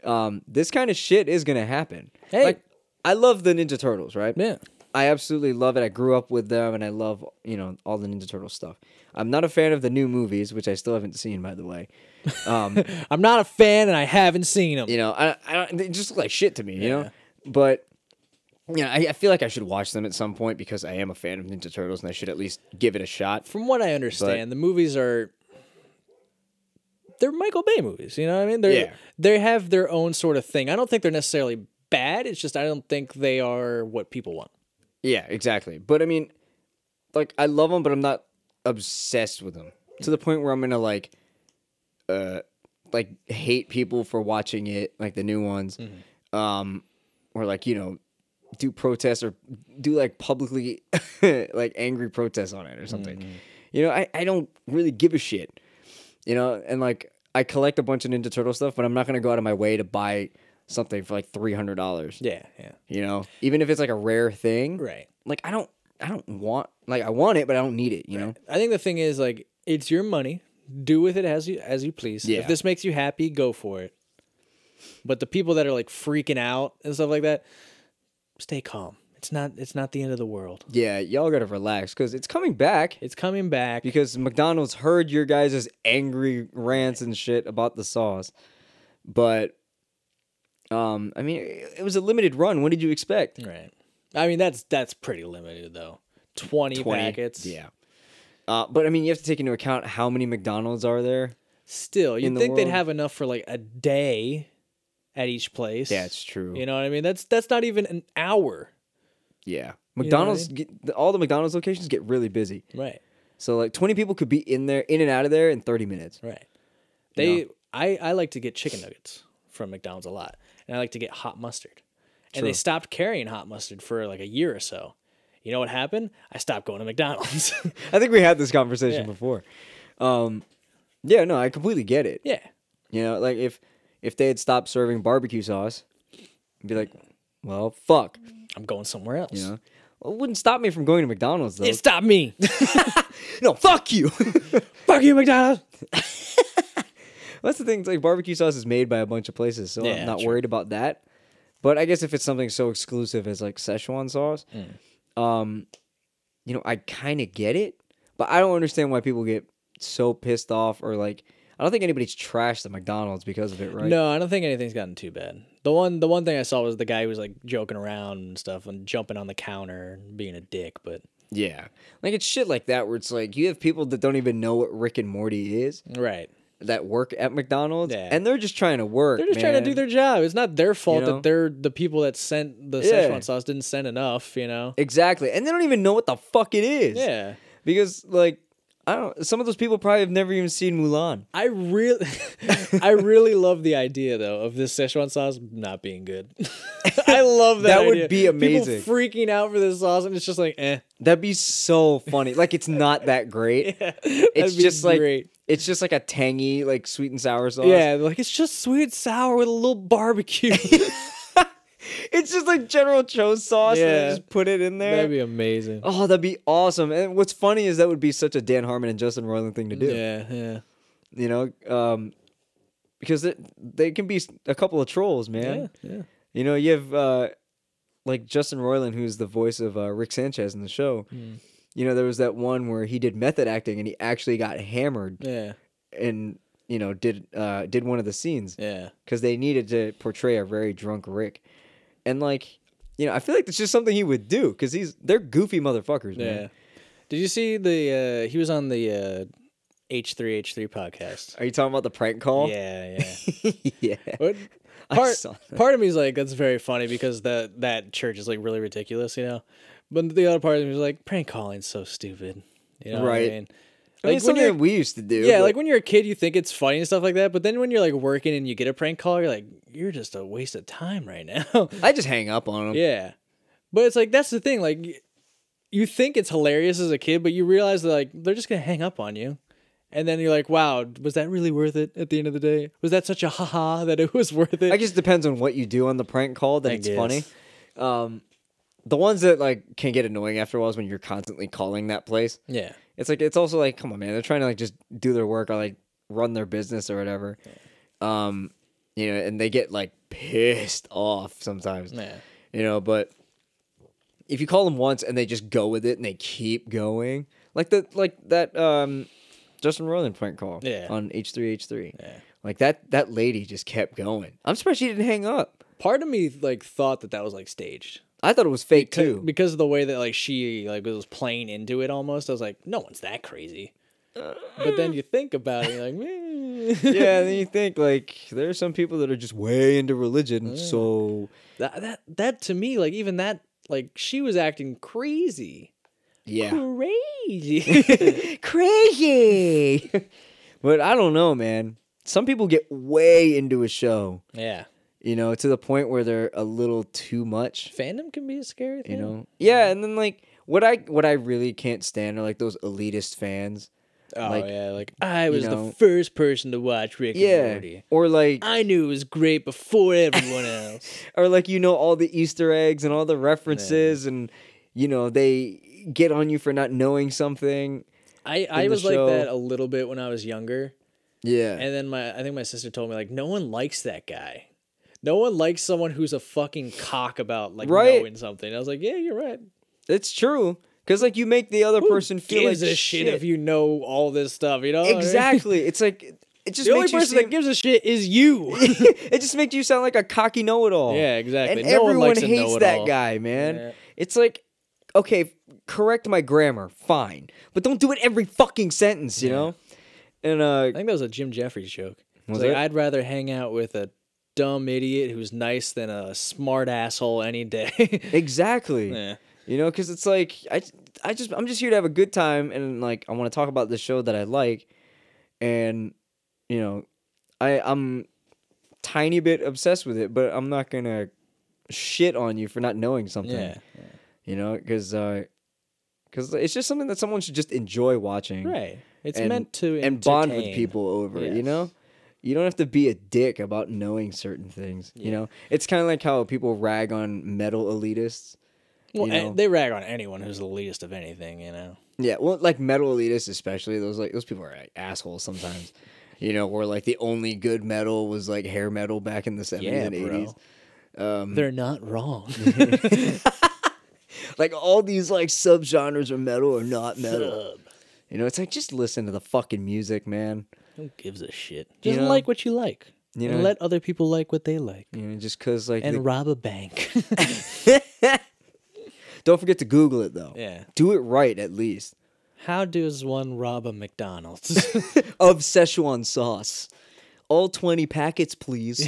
[SPEAKER 1] Um, this kind of shit is gonna happen.
[SPEAKER 2] Hey.
[SPEAKER 1] Like, I love the Ninja Turtles, right?
[SPEAKER 2] Yeah.
[SPEAKER 1] I absolutely love it. I grew up with them, and I love you know all the Ninja Turtle stuff. I'm not a fan of the new movies, which I still haven't seen, by the way.
[SPEAKER 2] I'm not a fan, and I haven't seen them.
[SPEAKER 1] You know, I, I don't, they just look like shit to me. You know, but you know, I, I feel like I should watch them at some point because I am a fan of Ninja Turtles, and I should at least give it a shot.
[SPEAKER 2] from what I understand, the movies are they're Michael Bay movies. You know what I mean? They're
[SPEAKER 1] Yeah.
[SPEAKER 2] they have their own sort of thing. I don't think they're necessarily bad. It's just I don't think they are what people want.
[SPEAKER 1] Yeah, exactly. But I mean, like I love them, but I'm not obsessed with them to the point where I'm gonna like, uh, like hate people for watching it, like the new ones,
[SPEAKER 2] Mm-hmm.
[SPEAKER 1] um, or like you know, do protests or do like publicly *laughs* like angry protests on it or something.
[SPEAKER 2] Mm-hmm.
[SPEAKER 1] You know, I I don't really give a shit. You know, and like I collect a bunch of Ninja Turtle stuff, but I'm not gonna go out of my way to buy something for like three hundred dollars.
[SPEAKER 2] Yeah, yeah,
[SPEAKER 1] You know, even if it's like a rare thing,
[SPEAKER 2] right.
[SPEAKER 1] like I don't I don't want like I want it, but I don't need it. You know.
[SPEAKER 2] I think the thing is like it's your money. Do with it as you as you please.
[SPEAKER 1] Yeah.
[SPEAKER 2] If this makes you happy, go for it. But the people that are like freaking out and stuff like that, stay calm. It's not it's not the end of the world.
[SPEAKER 1] Yeah, y'all gotta relax because it's coming back.
[SPEAKER 2] It's coming back.
[SPEAKER 1] Because McDonald's heard your guys' angry rants and shit about the sauce, but um, I mean, it it was a limited run. What did you expect?
[SPEAKER 2] Right. I mean that's that's pretty limited though. 20,
[SPEAKER 1] 20?
[SPEAKER 2] packets.
[SPEAKER 1] Yeah. Uh, but I mean, you have to take into account how many McDonald's are there.
[SPEAKER 2] Still, you'd
[SPEAKER 1] in the
[SPEAKER 2] think they'd
[SPEAKER 1] world.
[SPEAKER 2] have enough for like a day at each place.
[SPEAKER 1] That's true.
[SPEAKER 2] You know what I mean? That's that's not even an hour.
[SPEAKER 1] Yeah, McDonald's get, all the McDonald's locations get really busy.
[SPEAKER 2] Right.
[SPEAKER 1] So like twenty people could be in there, in and out of there in thirty minutes.
[SPEAKER 2] Right. They I, I like to get chicken nuggets from McDonald's a lot. And I like to get hot mustard. And they
[SPEAKER 1] True.
[SPEAKER 2] stopped carrying hot mustard for like a year or so. You know what happened? I stopped going to McDonald's. *laughs*
[SPEAKER 1] *laughs* I think we had this conversation
[SPEAKER 2] Yeah.
[SPEAKER 1] before. Um, yeah, no, I completely get it.
[SPEAKER 2] yeah.
[SPEAKER 1] You know, like if if they had stopped serving barbecue sauce, I'd be like, well, fuck.
[SPEAKER 2] I'm going somewhere else.
[SPEAKER 1] You know, Well, it wouldn't stop me from going to McDonald's though.
[SPEAKER 2] It stopped me. *laughs*
[SPEAKER 1] no, fuck *laughs* you.
[SPEAKER 2] Fuck you, McDonald's.
[SPEAKER 1] That's the thing. It's like barbecue sauce is made by a bunch of places, so
[SPEAKER 2] Yeah,
[SPEAKER 1] I'm not
[SPEAKER 2] true.
[SPEAKER 1] worried about that. But I guess if it's something so exclusive as like Szechuan sauce,
[SPEAKER 2] Mm.
[SPEAKER 1] um, you know, I kind of get it, but I don't understand why people get so pissed off or like. I don't think anybody's trashed the McDonald's because of it, right?
[SPEAKER 2] No, I don't think anything's gotten too bad. The one, the one thing I saw was the guy who was like joking around and stuff and jumping on the counter and being a dick. But
[SPEAKER 1] Yeah. Like it's shit like that where it's like you have people that don't even know what Rick and Morty is
[SPEAKER 2] right,
[SPEAKER 1] that work at McDonald's
[SPEAKER 2] Yeah.
[SPEAKER 1] and they're just trying to work.
[SPEAKER 2] they're just trying
[SPEAKER 1] man.
[SPEAKER 2] to do their job. It's not their fault
[SPEAKER 1] know?
[SPEAKER 2] that they're the people that sent the
[SPEAKER 1] Yeah.
[SPEAKER 2] Szechuan sauce didn't send enough. You know.
[SPEAKER 1] Exactly. And they don't even know what the fuck it is.
[SPEAKER 2] Yeah.
[SPEAKER 1] Because like I don't some of those people probably have never even seen Mulan.
[SPEAKER 2] I really, *laughs* I really love the idea though of this Szechuan sauce not being good. *laughs* I love that.
[SPEAKER 1] That would
[SPEAKER 2] idea.
[SPEAKER 1] be
[SPEAKER 2] People
[SPEAKER 1] amazing.
[SPEAKER 2] freaking out for this sauce, and it's just like, eh. *laughs*
[SPEAKER 1] That'd be so funny. like it's not that great. It's
[SPEAKER 2] That'd be
[SPEAKER 1] just like
[SPEAKER 2] great.
[SPEAKER 1] it's just like a tangy, like sweet and sour sauce.
[SPEAKER 2] yeah, like it's just sweet and sour with a
[SPEAKER 1] *laughs*
[SPEAKER 2] little barbecue.
[SPEAKER 1] It's just like General Cho's sauce and they
[SPEAKER 2] Yeah.
[SPEAKER 1] just put it in there.
[SPEAKER 2] That'd be amazing.
[SPEAKER 1] oh, that'd be awesome. And what's funny is that would be such a Dan Harmon and Justin Roiland thing to do.
[SPEAKER 2] Yeah, yeah.
[SPEAKER 1] you know um because it, they can be s- a couple of trolls man
[SPEAKER 2] Yeah, yeah.
[SPEAKER 1] you know you have uh like justin roiland who's the voice of uh, rick sanchez in the show
[SPEAKER 2] Mm.
[SPEAKER 1] you know there was that one where he did method acting and he actually got hammered
[SPEAKER 2] Yeah,
[SPEAKER 1] and you know did uh did one of the scenes
[SPEAKER 2] yeah.
[SPEAKER 1] because they needed to portray a very drunk rick and like you know i feel like that's just something he would do because he's they're goofy motherfuckers man
[SPEAKER 2] Yeah. Did you see the uh he was on the uh H3H3 podcast?
[SPEAKER 1] are you talking about the prank call
[SPEAKER 2] Yeah, yeah.
[SPEAKER 1] *laughs* yeah
[SPEAKER 2] What?
[SPEAKER 1] Oh. I
[SPEAKER 2] Part,
[SPEAKER 1] saw that.
[SPEAKER 2] part of me is like that's very funny because that that church is like really ridiculous, you know. But the other part of me is like prank calling's so stupid. You know
[SPEAKER 1] Right.
[SPEAKER 2] What I
[SPEAKER 1] I
[SPEAKER 2] mean?
[SPEAKER 1] mean,
[SPEAKER 2] Like,
[SPEAKER 1] it's
[SPEAKER 2] when
[SPEAKER 1] something
[SPEAKER 2] you're-
[SPEAKER 1] that we used to do
[SPEAKER 2] yeah,
[SPEAKER 1] but-
[SPEAKER 2] like when you're a kid, you think it's funny and stuff like that. But then when you're like working and you get a prank call, you're like, you're just a waste of time right now. *laughs*
[SPEAKER 1] I just hang up on them.
[SPEAKER 2] Yeah. But it's like that's the thing, like y- you think it's hilarious as a kid, but you realize that like they're just gonna hang up on you. And then you're like, wow, was that really worth it at the end of the day? Was that such a haha *laughs* that it was worth it?
[SPEAKER 1] I guess it depends on what you do on the prank call that
[SPEAKER 2] I
[SPEAKER 1] it's
[SPEAKER 2] guess.
[SPEAKER 1] funny. Um, the ones that like can get annoying after a while is when you're constantly calling that place.
[SPEAKER 2] yeah.
[SPEAKER 1] It's like it's also like, come on, man, they're trying to like just do their work or like run their business or whatever. Um, you know, and they get like pissed off sometimes.
[SPEAKER 2] Yeah.
[SPEAKER 1] You know, but if you call them once and they just go with it and they keep going, like the like that um Justin Roiland prank call
[SPEAKER 2] Yeah.
[SPEAKER 1] on H three H three.
[SPEAKER 2] Yeah.
[SPEAKER 1] Like that that lady just kept going. I'm surprised she didn't hang up.
[SPEAKER 2] Part of me like thought that that was like staged.
[SPEAKER 1] I thought it was fake too.
[SPEAKER 2] *laughs* Because of the way that like she like was playing into it almost, I was like, no one's that crazy. But then you think about it, you're like, "Meh."
[SPEAKER 1] *laughs* yeah, and then you think like there are some people that are just way into religion, so
[SPEAKER 2] that, that that to me, like even that, like she was acting crazy. *laughs*
[SPEAKER 1] yeah, *laughs*
[SPEAKER 2] crazy. *laughs*
[SPEAKER 1] crazy. *laughs* but I don't know, man. Some people get way into a show,
[SPEAKER 2] yeah,
[SPEAKER 1] you know, to the point where they're a little too much,
[SPEAKER 2] fandom can be a scary thing.
[SPEAKER 1] you know. Yeah, and then like what I what I really can't stand are like those elitist fans.
[SPEAKER 2] oh
[SPEAKER 1] like,
[SPEAKER 2] yeah, like I was
[SPEAKER 1] know-
[SPEAKER 2] the first person to watch Rick and
[SPEAKER 1] Yeah,
[SPEAKER 2] Morty.
[SPEAKER 1] or like
[SPEAKER 2] I knew it was great before
[SPEAKER 1] *laughs*
[SPEAKER 2] everyone else.
[SPEAKER 1] or like you know all the Easter eggs and all the references, and you know they get on you for not knowing something.
[SPEAKER 2] I I
[SPEAKER 1] the
[SPEAKER 2] was like
[SPEAKER 1] show.
[SPEAKER 2] that a little bit when I was younger,
[SPEAKER 1] Yeah,
[SPEAKER 2] and then my I think my sister told me like no one likes that guy. No one likes someone who's a fucking cock about like
[SPEAKER 1] Right.
[SPEAKER 2] knowing something. I was like, yeah, you're right.
[SPEAKER 1] it's true. Cause like you make the other person feel
[SPEAKER 2] Gives
[SPEAKER 1] like
[SPEAKER 2] a shit if you know all this stuff, you know?
[SPEAKER 1] Exactly. It's like it just
[SPEAKER 2] The only
[SPEAKER 1] makes you
[SPEAKER 2] person
[SPEAKER 1] seem,
[SPEAKER 2] that gives a shit is
[SPEAKER 1] *laughs*
[SPEAKER 2] you.
[SPEAKER 1] it just makes you sound like a cocky know-it-all.
[SPEAKER 2] Yeah, exactly.
[SPEAKER 1] And
[SPEAKER 2] No one
[SPEAKER 1] everyone
[SPEAKER 2] likes a
[SPEAKER 1] hates that
[SPEAKER 2] know-it-all.
[SPEAKER 1] guy, man.
[SPEAKER 2] Yeah.
[SPEAKER 1] It's like okay, correct my grammar, fine, but don't do it every fucking sentence, you know. And uh,
[SPEAKER 2] I think that was a Jim Jeffries joke. It's
[SPEAKER 1] Was
[SPEAKER 2] like,
[SPEAKER 1] it?
[SPEAKER 2] I'd rather hang out with a dumb idiot who's nice than a smart asshole any day. *laughs*
[SPEAKER 1] exactly.
[SPEAKER 2] yeah.
[SPEAKER 1] You know, because it's like I, I just I'm just here to have a good time, and like I want to talk about the show that I like, and you know, I I'm tiny bit obsessed with it, but I'm not gonna shit on you for not knowing something.
[SPEAKER 2] Yeah.
[SPEAKER 1] You know, because because it's just something that someone should just enjoy watching,
[SPEAKER 2] Right. It's
[SPEAKER 1] and-
[SPEAKER 2] meant to
[SPEAKER 1] and bond with
[SPEAKER 2] entertain.
[SPEAKER 1] people over. You
[SPEAKER 2] Yes.
[SPEAKER 1] know, you don't have to be a dick about knowing certain things. You know, it's kind of like how people rag on metal elitists.
[SPEAKER 2] Well,
[SPEAKER 1] you
[SPEAKER 2] a-
[SPEAKER 1] know?
[SPEAKER 2] they rag on anyone who's the least of anything, you know.
[SPEAKER 1] Yeah, well, like metal elitists especially, those like those people are like, assholes sometimes. *laughs* You know, where like the only good metal was like hair metal back in the seventies
[SPEAKER 2] Yeah,
[SPEAKER 1] and
[SPEAKER 2] bro.
[SPEAKER 1] eighties. Um,
[SPEAKER 2] They're not
[SPEAKER 1] *laughs*
[SPEAKER 2] wrong. *laughs*
[SPEAKER 1] Like all these like subgenres of metal are not
[SPEAKER 2] *laughs*
[SPEAKER 1] metal. You know, it's like just listen to the fucking music, man.
[SPEAKER 2] Who gives a shit?
[SPEAKER 1] You
[SPEAKER 2] Just
[SPEAKER 1] know?
[SPEAKER 2] like what you like.
[SPEAKER 1] You
[SPEAKER 2] and
[SPEAKER 1] know?
[SPEAKER 2] let other people like what they like.
[SPEAKER 1] You know, just cause like
[SPEAKER 2] And
[SPEAKER 1] the-
[SPEAKER 2] rob a bank. *laughs*
[SPEAKER 1] don't forget to Google it though.
[SPEAKER 2] Yeah.
[SPEAKER 1] Do it right at least.
[SPEAKER 2] How does one rob a McDonald's?
[SPEAKER 1] *laughs* Of Szechuan sauce. All twenty packets, please.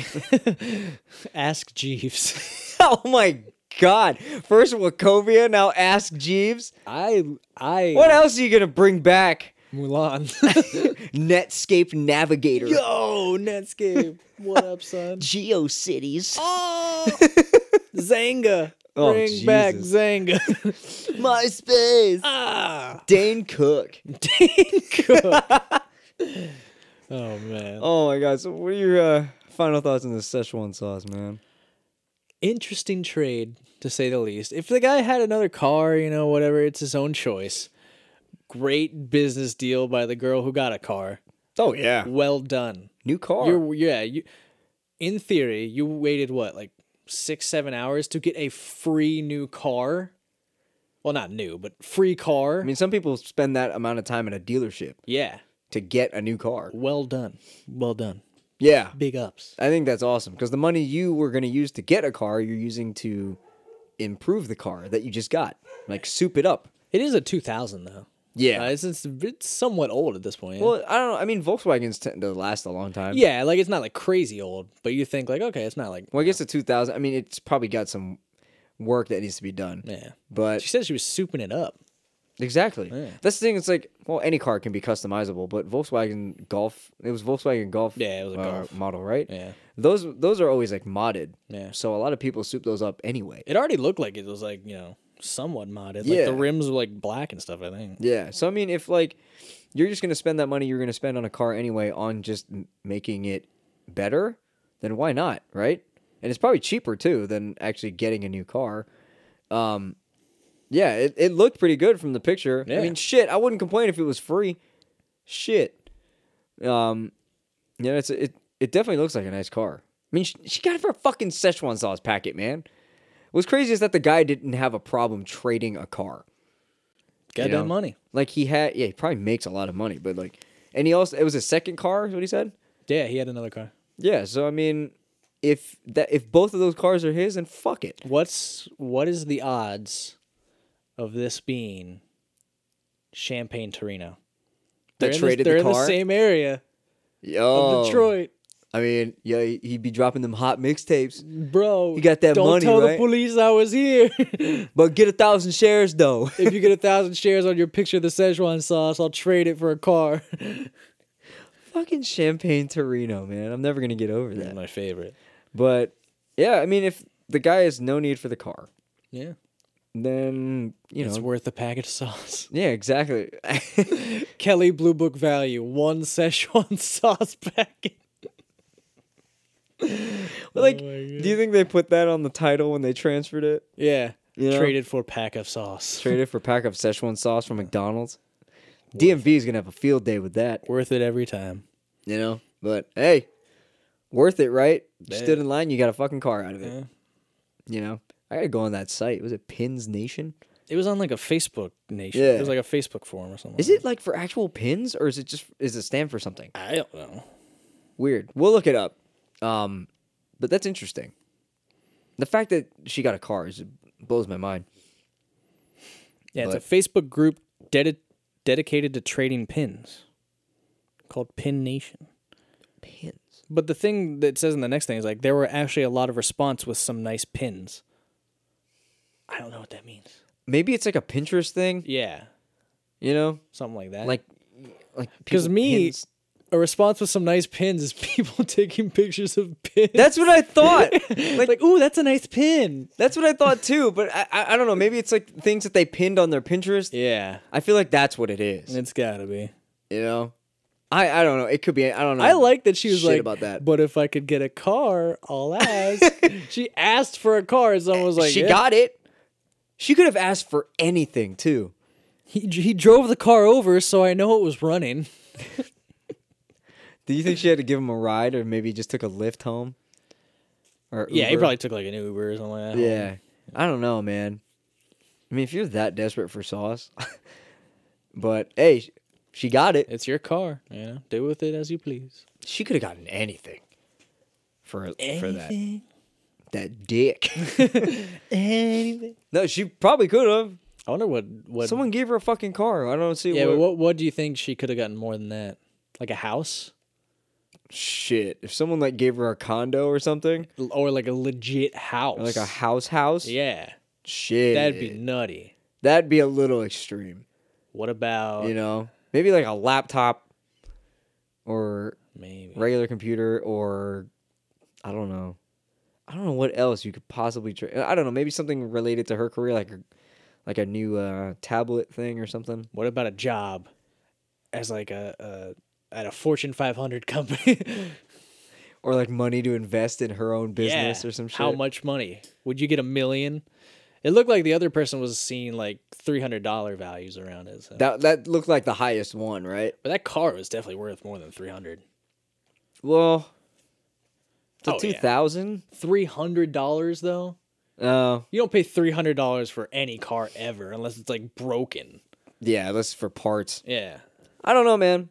[SPEAKER 1] *laughs*
[SPEAKER 2] Ask Jeeves.
[SPEAKER 1] oh my god. First Wachovia, now ask Jeeves.
[SPEAKER 2] I I
[SPEAKER 1] What else are you gonna bring back?
[SPEAKER 2] Mulan.
[SPEAKER 1] *laughs* Netscape Navigator.
[SPEAKER 2] Yo, Netscape. What up, son? *laughs*
[SPEAKER 1] GeoCities.
[SPEAKER 2] Oh, *laughs* Zanga.
[SPEAKER 1] Oh,
[SPEAKER 2] Bring back
[SPEAKER 1] Jesus.
[SPEAKER 2] Zanga. *laughs*
[SPEAKER 1] Oh, MySpace.
[SPEAKER 2] ah.
[SPEAKER 1] *laughs* Dane Cook.
[SPEAKER 2] Oh man.
[SPEAKER 1] Oh my god. So what are your uh, final thoughts on the Szechuan sauce, man?
[SPEAKER 2] Interesting trade to say the least. If the guy had another car, you know, whatever, it's his own choice. Great business deal by the girl who got a car.
[SPEAKER 1] Oh yeah.
[SPEAKER 2] Well done.
[SPEAKER 1] New car.
[SPEAKER 2] You're yeah, you in theory, you waited what, like six, seven hours to get a free new car? Well, not new, but free car.
[SPEAKER 1] I mean, some people spend that amount of time at a dealership
[SPEAKER 2] yeah.
[SPEAKER 1] to get a new car.
[SPEAKER 2] Well done. Well done.
[SPEAKER 1] Yeah.
[SPEAKER 2] Big ups.
[SPEAKER 1] I think that's awesome because the money you were going to use to get a car, you're using to improve the car that you just got. Like soup it up.
[SPEAKER 2] It is a 2000 though.
[SPEAKER 1] Yeah.
[SPEAKER 2] Uh, it's, it's it's somewhat old at this point. yeah.
[SPEAKER 1] Well, I don't know. I mean, Volkswagens tend to last a long time.
[SPEAKER 2] yeah, like it's not like crazy old, but you think like okay, it's not like
[SPEAKER 1] Well, I guess the 2000, I mean, it's probably got some work that needs to be done.
[SPEAKER 2] yeah.
[SPEAKER 1] But
[SPEAKER 2] She said she was souping it up.
[SPEAKER 1] exactly.
[SPEAKER 2] Yeah.
[SPEAKER 1] That's the thing. It's like, well, any car can be customizable, but Volkswagen Golf, it was Volkswagen Golf uh,
[SPEAKER 2] Yeah, it was a Golf.
[SPEAKER 1] model, right?
[SPEAKER 2] Yeah.
[SPEAKER 1] Those those are always like modded.
[SPEAKER 2] Yeah.
[SPEAKER 1] So a lot of people soup those up anyway.
[SPEAKER 2] It already looked like it was like, you know, somewhat modded. Like
[SPEAKER 1] Yeah.
[SPEAKER 2] the rims were like black and stuff, I think.
[SPEAKER 1] Yeah. So I mean, if like you're just gonna spend that money you're gonna spend on a car anyway on just m- making it better, then why not, right? And it's probably cheaper too than actually getting a new car. Um, yeah, it, it looked pretty good from the picture. I
[SPEAKER 2] Yeah.
[SPEAKER 1] mean, shit, I wouldn't complain if it was free. Shit. Um, yeah, it's it. It definitely looks like a nice car. I mean, she, she got it for a fucking Szechuan sauce packet, man. What's crazy is that the guy didn't have a problem trading a car.
[SPEAKER 2] Got
[SPEAKER 1] You
[SPEAKER 2] that
[SPEAKER 1] know?
[SPEAKER 2] money.
[SPEAKER 1] Like he had, yeah, he probably makes a lot of money, but like, and he also it was his second car. Is what he said.
[SPEAKER 2] Yeah, he had another car.
[SPEAKER 1] Yeah, so I mean, if that if both of those cars are his, then fuck it.
[SPEAKER 2] What's what is the odds of this being Champagne Torino?
[SPEAKER 1] That traded
[SPEAKER 2] in
[SPEAKER 1] the
[SPEAKER 2] the, They're in
[SPEAKER 1] car? Oh.
[SPEAKER 2] the same area
[SPEAKER 1] Yo,
[SPEAKER 2] of Detroit,
[SPEAKER 1] I mean, yeah, he- he'd be dropping them hot mixtapes,
[SPEAKER 2] bro.
[SPEAKER 1] You got that
[SPEAKER 2] don't
[SPEAKER 1] money,
[SPEAKER 2] tell
[SPEAKER 1] right?
[SPEAKER 2] the police I was here. *laughs*
[SPEAKER 1] but get a thousand shares though. *laughs*
[SPEAKER 2] if you get a thousand shares on your picture of the Szechuan sauce, I'll trade it for
[SPEAKER 1] *laughs*
[SPEAKER 2] a car.
[SPEAKER 1] Fucking champagne Torino, man. I'm never gonna get over that.
[SPEAKER 2] My favorite.
[SPEAKER 1] But yeah, I mean, if the guy has no need for the car,
[SPEAKER 2] Yeah,
[SPEAKER 1] then you know,
[SPEAKER 2] it's worth the package of sauce. *laughs*
[SPEAKER 1] yeah, exactly. *laughs*
[SPEAKER 2] Kelly Blue Book value: one Szechuan *laughs* sauce packet.
[SPEAKER 1] like,
[SPEAKER 2] my
[SPEAKER 1] do you think they put that on the title when they transferred it?
[SPEAKER 2] Yeah,
[SPEAKER 1] Yeah.
[SPEAKER 2] traded for pack of sauce.
[SPEAKER 1] traded for a pack of Szechuan sauce from McDonald's. DMV is gonna have a field day with that,
[SPEAKER 2] worth it every time.
[SPEAKER 1] you know. But hey, worth it, right? You Stood in line, you got a fucking car out of it. You know, I gotta go on that site. Was it Pins Nation?
[SPEAKER 2] It was on like a Facebook nation.
[SPEAKER 1] Yeah.
[SPEAKER 2] It was like a Facebook forum or something.
[SPEAKER 1] Is it like for actual pins, or is it just is it stand for something
[SPEAKER 2] I don't know.
[SPEAKER 1] weird? We'll look it up. Um, but that's interesting. The fact that she got a car is blows my mind.
[SPEAKER 2] Yeah,
[SPEAKER 1] But-
[SPEAKER 2] it's a Facebook group dedi- dedicated to trading pins called Pin Nation.
[SPEAKER 1] Pins.
[SPEAKER 2] But the thing that it says in the next thing is like there were actually a lot of response with some nice pins. I don't know what that means.
[SPEAKER 1] Maybe it's like a Pinterest thing,
[SPEAKER 2] Yeah,
[SPEAKER 1] you know,
[SPEAKER 2] something like that.
[SPEAKER 1] like like
[SPEAKER 2] because
[SPEAKER 1] people-
[SPEAKER 2] me,
[SPEAKER 1] pins-
[SPEAKER 2] a response with some nice pins is *laughs* people taking pictures of pins.
[SPEAKER 1] That's what I
[SPEAKER 2] *laughs*
[SPEAKER 1] thought.
[SPEAKER 2] like, like ooh, that's a nice pin.
[SPEAKER 1] That's what I thought too, but I, I I don't know. Maybe it's like things that they pinned on their Pinterest.
[SPEAKER 2] Yeah,
[SPEAKER 1] I feel like that's what it is.
[SPEAKER 2] it's gotta be.
[SPEAKER 1] You know, I I don't know. It could be. I don't know.
[SPEAKER 2] I like that she was
[SPEAKER 1] shit
[SPEAKER 2] like,
[SPEAKER 1] about that.
[SPEAKER 2] but if I could get a *laughs* car, I'll ask. she asked for a car, and someone was like,
[SPEAKER 1] she
[SPEAKER 2] "Yeah."
[SPEAKER 1] got it. She could have asked for anything too.
[SPEAKER 2] He, he drove the car over, so I know it was running.
[SPEAKER 1] Do you think she had to give him a ride, or maybe just took a lift home? Or
[SPEAKER 2] Yeah, he
[SPEAKER 1] Uber?
[SPEAKER 2] probably took like an Uber or something like that.
[SPEAKER 1] Yeah. I don't know, man. I mean, if you're that desperate for sauce, *laughs* but hey, sh- she got it.
[SPEAKER 2] "Oh, It's your car, you know. Do with it as you please.
[SPEAKER 1] She could have gotten anything for for that that dick. *laughs*
[SPEAKER 2] Anything.
[SPEAKER 1] no, she probably could have.
[SPEAKER 2] I wonder what what
[SPEAKER 1] Someone gave her a fucking car. I don't see
[SPEAKER 2] Yeah,
[SPEAKER 1] what,
[SPEAKER 2] but what what do you think she could have gotten more than that? Like a house
[SPEAKER 1] shit. If someone like gave her a condo or something,
[SPEAKER 2] L- or like a legit house.
[SPEAKER 1] or like a house, house.
[SPEAKER 2] Yeah.
[SPEAKER 1] Shit,
[SPEAKER 2] That'd be nutty.
[SPEAKER 1] that'd be a little extreme.
[SPEAKER 2] What about
[SPEAKER 1] You know, maybe like a laptop or
[SPEAKER 2] maybe
[SPEAKER 1] regular computer or I don't know. I don't know what else you could possibly tra- I don't know, maybe something related to her career like a, like a new uh, tablet thing or something.
[SPEAKER 2] what about a job as like a, a at a Fortune 500 company? *laughs*
[SPEAKER 1] Or like money to invest in her own business or some shit.
[SPEAKER 2] How much money? Would you get a million? It looked like the other person was seeing like $300 values around it. So.
[SPEAKER 1] That that looked like the highest one, right?
[SPEAKER 2] but that car was definitely worth more than 300.
[SPEAKER 1] Well, to
[SPEAKER 2] Oh, yeah.
[SPEAKER 1] 2000?
[SPEAKER 2] $300 though?
[SPEAKER 1] Oh,
[SPEAKER 2] You don't pay $300 for any car ever unless it's like broken.
[SPEAKER 1] yeah, that's for parts.
[SPEAKER 2] Yeah.
[SPEAKER 1] I don't know, man.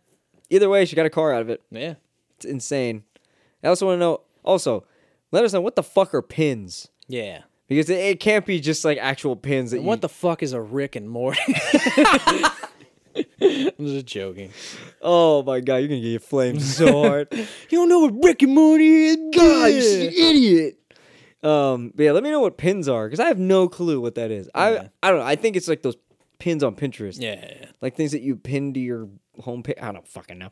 [SPEAKER 1] Either way, she got a car out of it.
[SPEAKER 2] Yeah.
[SPEAKER 1] It's insane. I also want to know also, let us know what the fuck are pins?
[SPEAKER 2] Yeah.
[SPEAKER 1] Because it, it can't be just like actual pins that you
[SPEAKER 2] What the fuck is a Rick and Morty? *laughs* I'm just joking.
[SPEAKER 1] Oh my god, you're gonna get flamed *laughs* so hard.
[SPEAKER 2] You don't know what Rick and Morty is?
[SPEAKER 1] god, Ah, you s- idiot. Um, but yeah, let me know what pins are because I have no clue what that is.
[SPEAKER 2] Yeah.
[SPEAKER 1] I I don't know. I think it's like those pins on Pinterest,
[SPEAKER 2] Yeah.
[SPEAKER 1] like things that you pin to your home page. I don't fucking know.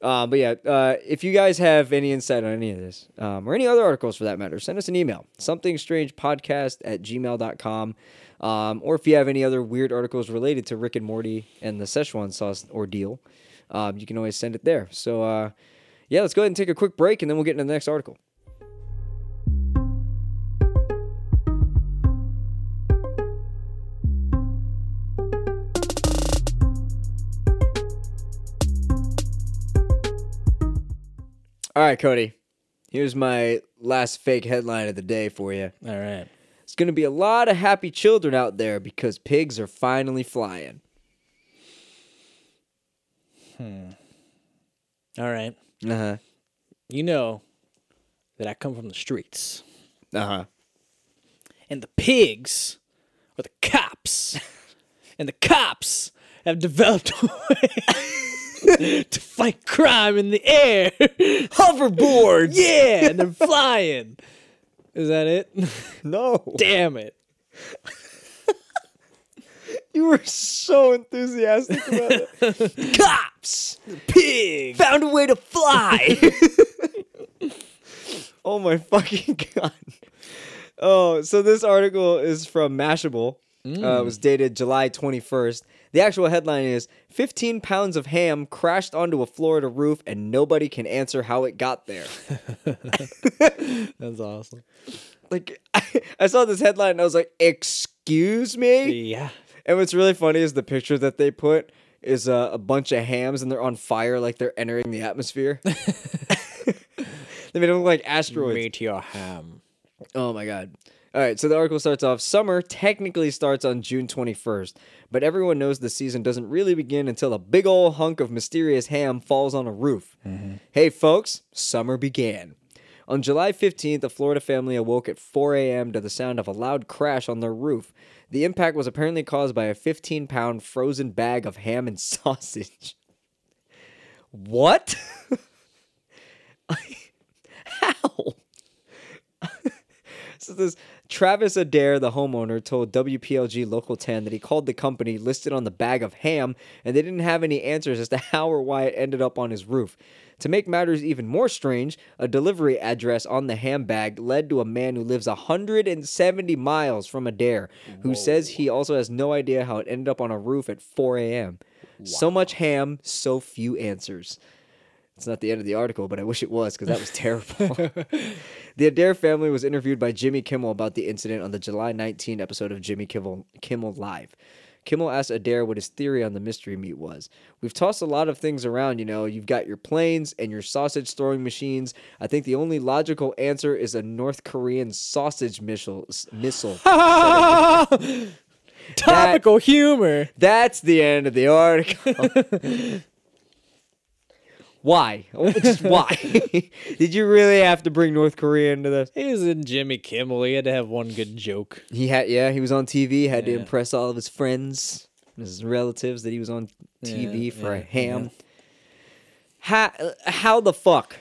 [SPEAKER 1] Uh, but yeah, uh, if you guys have any insight on any of this um, or any other articles for that matter, send us an email, somethingstrangepodcast at gmail.com. Um, or if you have any other weird articles related to Rick and Morty and the Szechuan sauce ordeal, um, you can always send it there. So uh, yeah, let's go ahead and take a quick break and then we'll get into the next article. All right, Cody, here's my last fake headline of the day for you.
[SPEAKER 2] All right.
[SPEAKER 1] It's going to be a lot of happy children out there because pigs are finally flying.
[SPEAKER 2] All right.
[SPEAKER 1] Uh huh.
[SPEAKER 2] You know that I come from the streets.
[SPEAKER 1] Uh huh.
[SPEAKER 2] And the pigs are the
[SPEAKER 1] *laughs*
[SPEAKER 2] cops. and the cops have developed a
[SPEAKER 1] *laughs*
[SPEAKER 2] way to fight crime in the air.
[SPEAKER 1] Hoverboards.
[SPEAKER 2] yeah,
[SPEAKER 1] *laughs*
[SPEAKER 2] and they're flying. Is that it? *laughs*
[SPEAKER 1] No.
[SPEAKER 2] Damn it.
[SPEAKER 1] You were so enthusiastic about it. *laughs*
[SPEAKER 2] Cops! The pig!
[SPEAKER 1] Found a way to fly. *laughs* oh my fucking *laughs* god. Oh, so this article is from Mashable. Uh, it was dated July 21st. The actual headline is 15 pounds of ham crashed onto a Florida roof and nobody can answer how it got there.
[SPEAKER 2] That's awesome.
[SPEAKER 1] like, *laughs* I, I saw this headline and I was like, excuse me?
[SPEAKER 2] Yeah.
[SPEAKER 1] And what's really funny is the picture that they put is uh, a bunch of hams and they're on fire like they're entering the atmosphere. *laughs* they made them look like asteroids.
[SPEAKER 2] Meteor ham.
[SPEAKER 1] Oh my god. All right, so the article starts off summer technically starts on June 21st, but everyone knows the season doesn't really begin until a big ol' hunk of mysterious ham falls on a roof. Hey folks, summer began. On July 15th, a Florida family awoke at 4 a.m. to the sound of a loud crash on their roof. The impact was apparently caused by a 15 pound frozen bag of ham and *laughs* sausage. What? *laughs* How? So this Travis Adair, the homeowner, told WPLG Local 10 that he called the company listed on the bag of ham and they didn't have any answers as to *laughs* how or why it ended up on his roof. To make matters even more strange, a delivery address on the ham bag led to a man who lives 170 miles from Adair, who says he also has no idea how it ended up on a roof at 4 a.m. So much ham, so few answers. It's not the end of the article, but I wish it was because that was terrible. The Adair family was interviewed by Jimmy Kimmel about the incident on the July 19 episode of Jimmy Kimmel, Kimmel Live. Kimmel asked Adair what his theory on the mystery meat was. We've tossed a lot of things around, you know. You've got your planes and your sausage throwing machines. I think the only logical answer is a North Korean sausage missile. missile. *laughs*
[SPEAKER 2] Topical humor.
[SPEAKER 1] That's the end of the article. *laughs* why? Oh, Just why? *laughs* Did you really have to bring North Korea into this?
[SPEAKER 2] He was in Jimmy Kimmel. He had to have one good joke.
[SPEAKER 1] He had, yeah, he was on TV, had
[SPEAKER 2] Yeah.
[SPEAKER 1] to impress all of his friends, and his relatives that he was on TV
[SPEAKER 2] Yeah,
[SPEAKER 1] for a
[SPEAKER 2] yeah,
[SPEAKER 1] ham. How, how the fuck?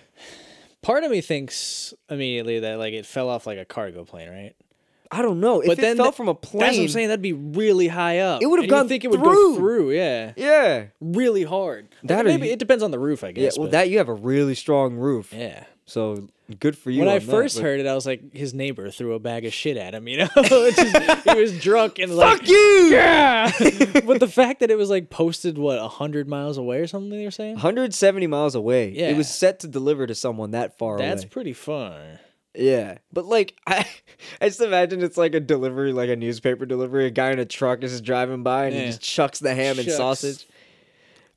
[SPEAKER 2] Part of me thinks immediately that like it fell off like a cargo plane, right?
[SPEAKER 1] I don't know. If
[SPEAKER 2] But
[SPEAKER 1] it
[SPEAKER 2] then
[SPEAKER 1] fell
[SPEAKER 2] th-
[SPEAKER 1] from a plane,
[SPEAKER 2] That's what I'm saying. That'd be really high up.
[SPEAKER 1] It would've
[SPEAKER 2] And you
[SPEAKER 1] gone
[SPEAKER 2] think it would
[SPEAKER 1] through.
[SPEAKER 2] go through. Yeah,
[SPEAKER 1] yeah,
[SPEAKER 2] really hard. Like,
[SPEAKER 1] That or
[SPEAKER 2] maybe
[SPEAKER 1] you-
[SPEAKER 2] it depends on the roof, I
[SPEAKER 1] yeah.
[SPEAKER 2] guess.
[SPEAKER 1] Well,
[SPEAKER 2] but-
[SPEAKER 1] that you have a really strong roof,
[SPEAKER 2] yeah.
[SPEAKER 1] so good for you.
[SPEAKER 2] When I
[SPEAKER 1] on that,
[SPEAKER 2] first
[SPEAKER 1] but-
[SPEAKER 2] heard it, I was like, his neighbor threw a bag of shit at him. You *laughs* know, It's just- he was drunk and
[SPEAKER 1] *laughs*
[SPEAKER 2] like.
[SPEAKER 1] fuck you. *laughs*
[SPEAKER 2] but the fact that it was like posted what hundred miles away or something, they were
[SPEAKER 1] Oh,
[SPEAKER 2] saying
[SPEAKER 1] 170 miles away. It was
[SPEAKER 2] Yeah.
[SPEAKER 1] set to deliver to someone that far
[SPEAKER 2] that's
[SPEAKER 1] away.
[SPEAKER 2] pretty fun.
[SPEAKER 1] Yeah. But like *laughs* I I just imagine it's like a delivery, like a newspaper delivery. A guy in a truck is just driving by and he
[SPEAKER 2] Yeah.
[SPEAKER 1] just chucks the ham and
[SPEAKER 2] Shucks.
[SPEAKER 1] sausage.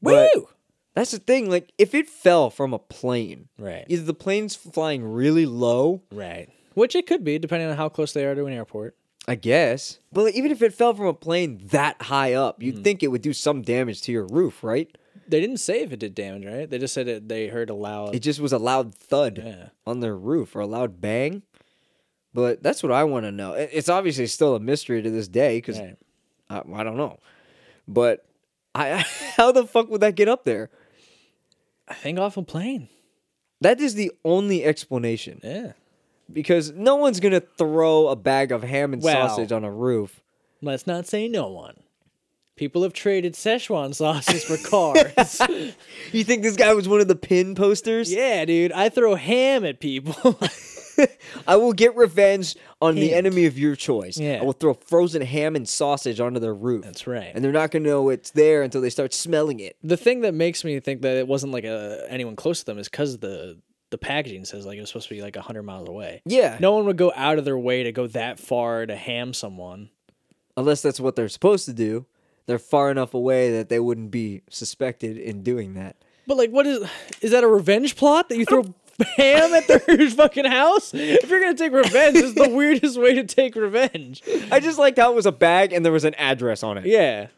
[SPEAKER 1] But-
[SPEAKER 2] Woo!
[SPEAKER 1] That's the thing, like if it fell from a plane,
[SPEAKER 2] Right.
[SPEAKER 1] either the plane's flying really low,
[SPEAKER 2] Right. Which it could be, depending on how close they are to an airport.
[SPEAKER 1] I guess. But like, even if it fell from a plane that high up,
[SPEAKER 2] Hmm.
[SPEAKER 1] you'd think it would do some damage to your roof, right?
[SPEAKER 2] They didn't say if it did damage, right? They just said it, they heard a loud.
[SPEAKER 1] It just was a loud thud
[SPEAKER 2] Yeah.
[SPEAKER 1] on their roof or a loud bang. But that's what I want to know. It- It's obviously still a mystery to this day because
[SPEAKER 2] Right.
[SPEAKER 1] I, I don't know. But I, *laughs* how the fuck would that get up there?
[SPEAKER 2] I think off a plane.
[SPEAKER 1] That is the only explanation
[SPEAKER 2] Yeah.
[SPEAKER 1] because no one's gonna throw a bag of ham and
[SPEAKER 2] Well.
[SPEAKER 1] sausage on a roof.
[SPEAKER 2] Let's not say no one. People have traded Szechuan sauces *laughs* for cars.
[SPEAKER 1] You think this guy was one of the pin posters?
[SPEAKER 2] yeah, dude. I throw ham at people. *laughs*
[SPEAKER 1] I will get revenge on the
[SPEAKER 2] Hand.
[SPEAKER 1] enemy of your choice.
[SPEAKER 2] Yeah.
[SPEAKER 1] I will throw frozen ham and sausage onto their roof.
[SPEAKER 2] That's right.
[SPEAKER 1] And they're not gonna know it's there until they start smelling it.
[SPEAKER 2] the thing that makes me think that it wasn't like a, anyone close to them is because the the packaging says like it was supposed to be like 100 miles away.
[SPEAKER 1] Yeah.
[SPEAKER 2] No one would go out of their way to go that far to ham someone.
[SPEAKER 1] Unless that's what they're supposed to do. They're far enough away that they wouldn't be suspected in doing that.
[SPEAKER 2] But like, what is is that a revenge plot that you throw *laughs* ham at their *laughs* fucking house? If you're gonna take revenge, it's the weirdest way to take revenge.
[SPEAKER 1] I just liked how it was a bag and there was an address on it.
[SPEAKER 2] Yeah,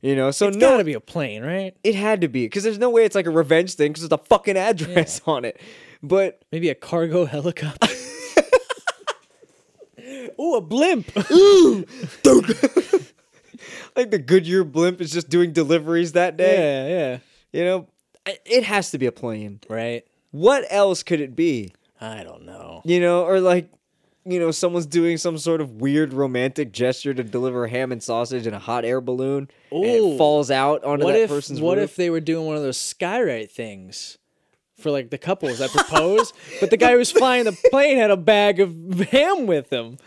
[SPEAKER 1] You know, so
[SPEAKER 2] it's
[SPEAKER 1] no,
[SPEAKER 2] gotta be a plane, right?
[SPEAKER 1] it had to be because there's no way it's like a revenge thing because there's a fucking address on it. But
[SPEAKER 2] Maybe a cargo *laughs* helicopter. Ooh, a *laughs* blimp.
[SPEAKER 1] like the Goodyear blimp is just doing deliveries that day.
[SPEAKER 2] yeah, yeah.
[SPEAKER 1] You know, I- it has to be a plane.
[SPEAKER 2] Right.
[SPEAKER 1] What else could it be?
[SPEAKER 2] I don't know.
[SPEAKER 1] You know, or like, you know, someone's doing some sort of weird romantic gesture to deliver ham and sausage in a hot air balloon and it
[SPEAKER 2] Ooh.
[SPEAKER 1] falls out onto
[SPEAKER 2] What
[SPEAKER 1] that
[SPEAKER 2] if
[SPEAKER 1] person's
[SPEAKER 2] what
[SPEAKER 1] roof.
[SPEAKER 2] if they were doing one of those skyrite things? For like the couples that propose, *laughs* but the guy who was flying the plane had a bag of *laughs* ham with him,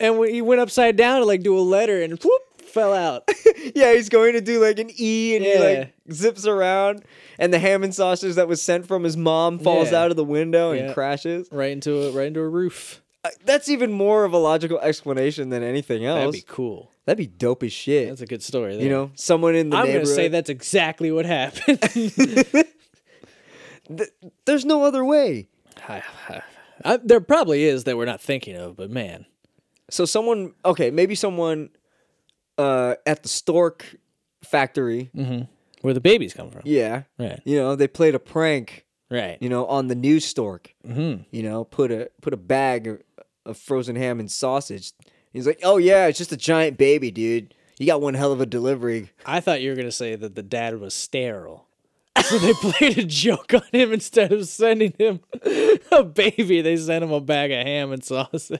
[SPEAKER 2] and when he went upside down to like do a letter and whoop fell out. *laughs*
[SPEAKER 1] Yeah, he's going to do like an E and he like zips around and the ham and sausage that was sent from his mom falls
[SPEAKER 2] Yeah.
[SPEAKER 1] out of the window and
[SPEAKER 2] Yeah.
[SPEAKER 1] crashes.
[SPEAKER 2] right into a right into a roof.
[SPEAKER 1] Uh, That's even more of a logical explanation than anything
[SPEAKER 2] That'd
[SPEAKER 1] else.
[SPEAKER 2] be cool.
[SPEAKER 1] That'd be, dope as shit.
[SPEAKER 2] That's a good story.
[SPEAKER 1] Oh, you know, someone in the
[SPEAKER 2] I'm gonna
[SPEAKER 1] neighborhood.
[SPEAKER 2] say that's exactly what *laughs* happened.
[SPEAKER 1] There's no other way.
[SPEAKER 2] I, there probably is that we're not thinking of, but man,
[SPEAKER 1] So someone, okay, maybe someone uh, at the Stork factory.
[SPEAKER 2] where the babies come from?
[SPEAKER 1] Yeah,
[SPEAKER 2] Mm-hmm. Right,
[SPEAKER 1] you know, they played a prank.
[SPEAKER 2] right.
[SPEAKER 1] you know, on the news stork.
[SPEAKER 2] Mm-hmm.
[SPEAKER 1] You know, put a put a bag of, of frozen ham and sausage. He's like, "Oh yeah, it's just a giant baby, dude. You got one hell of a delivery."
[SPEAKER 2] I thought you were gonna say that the dad was sterile, so they *laughs* played a joke on him instead of sending him a baby. They sent him a bag of ham and sausage.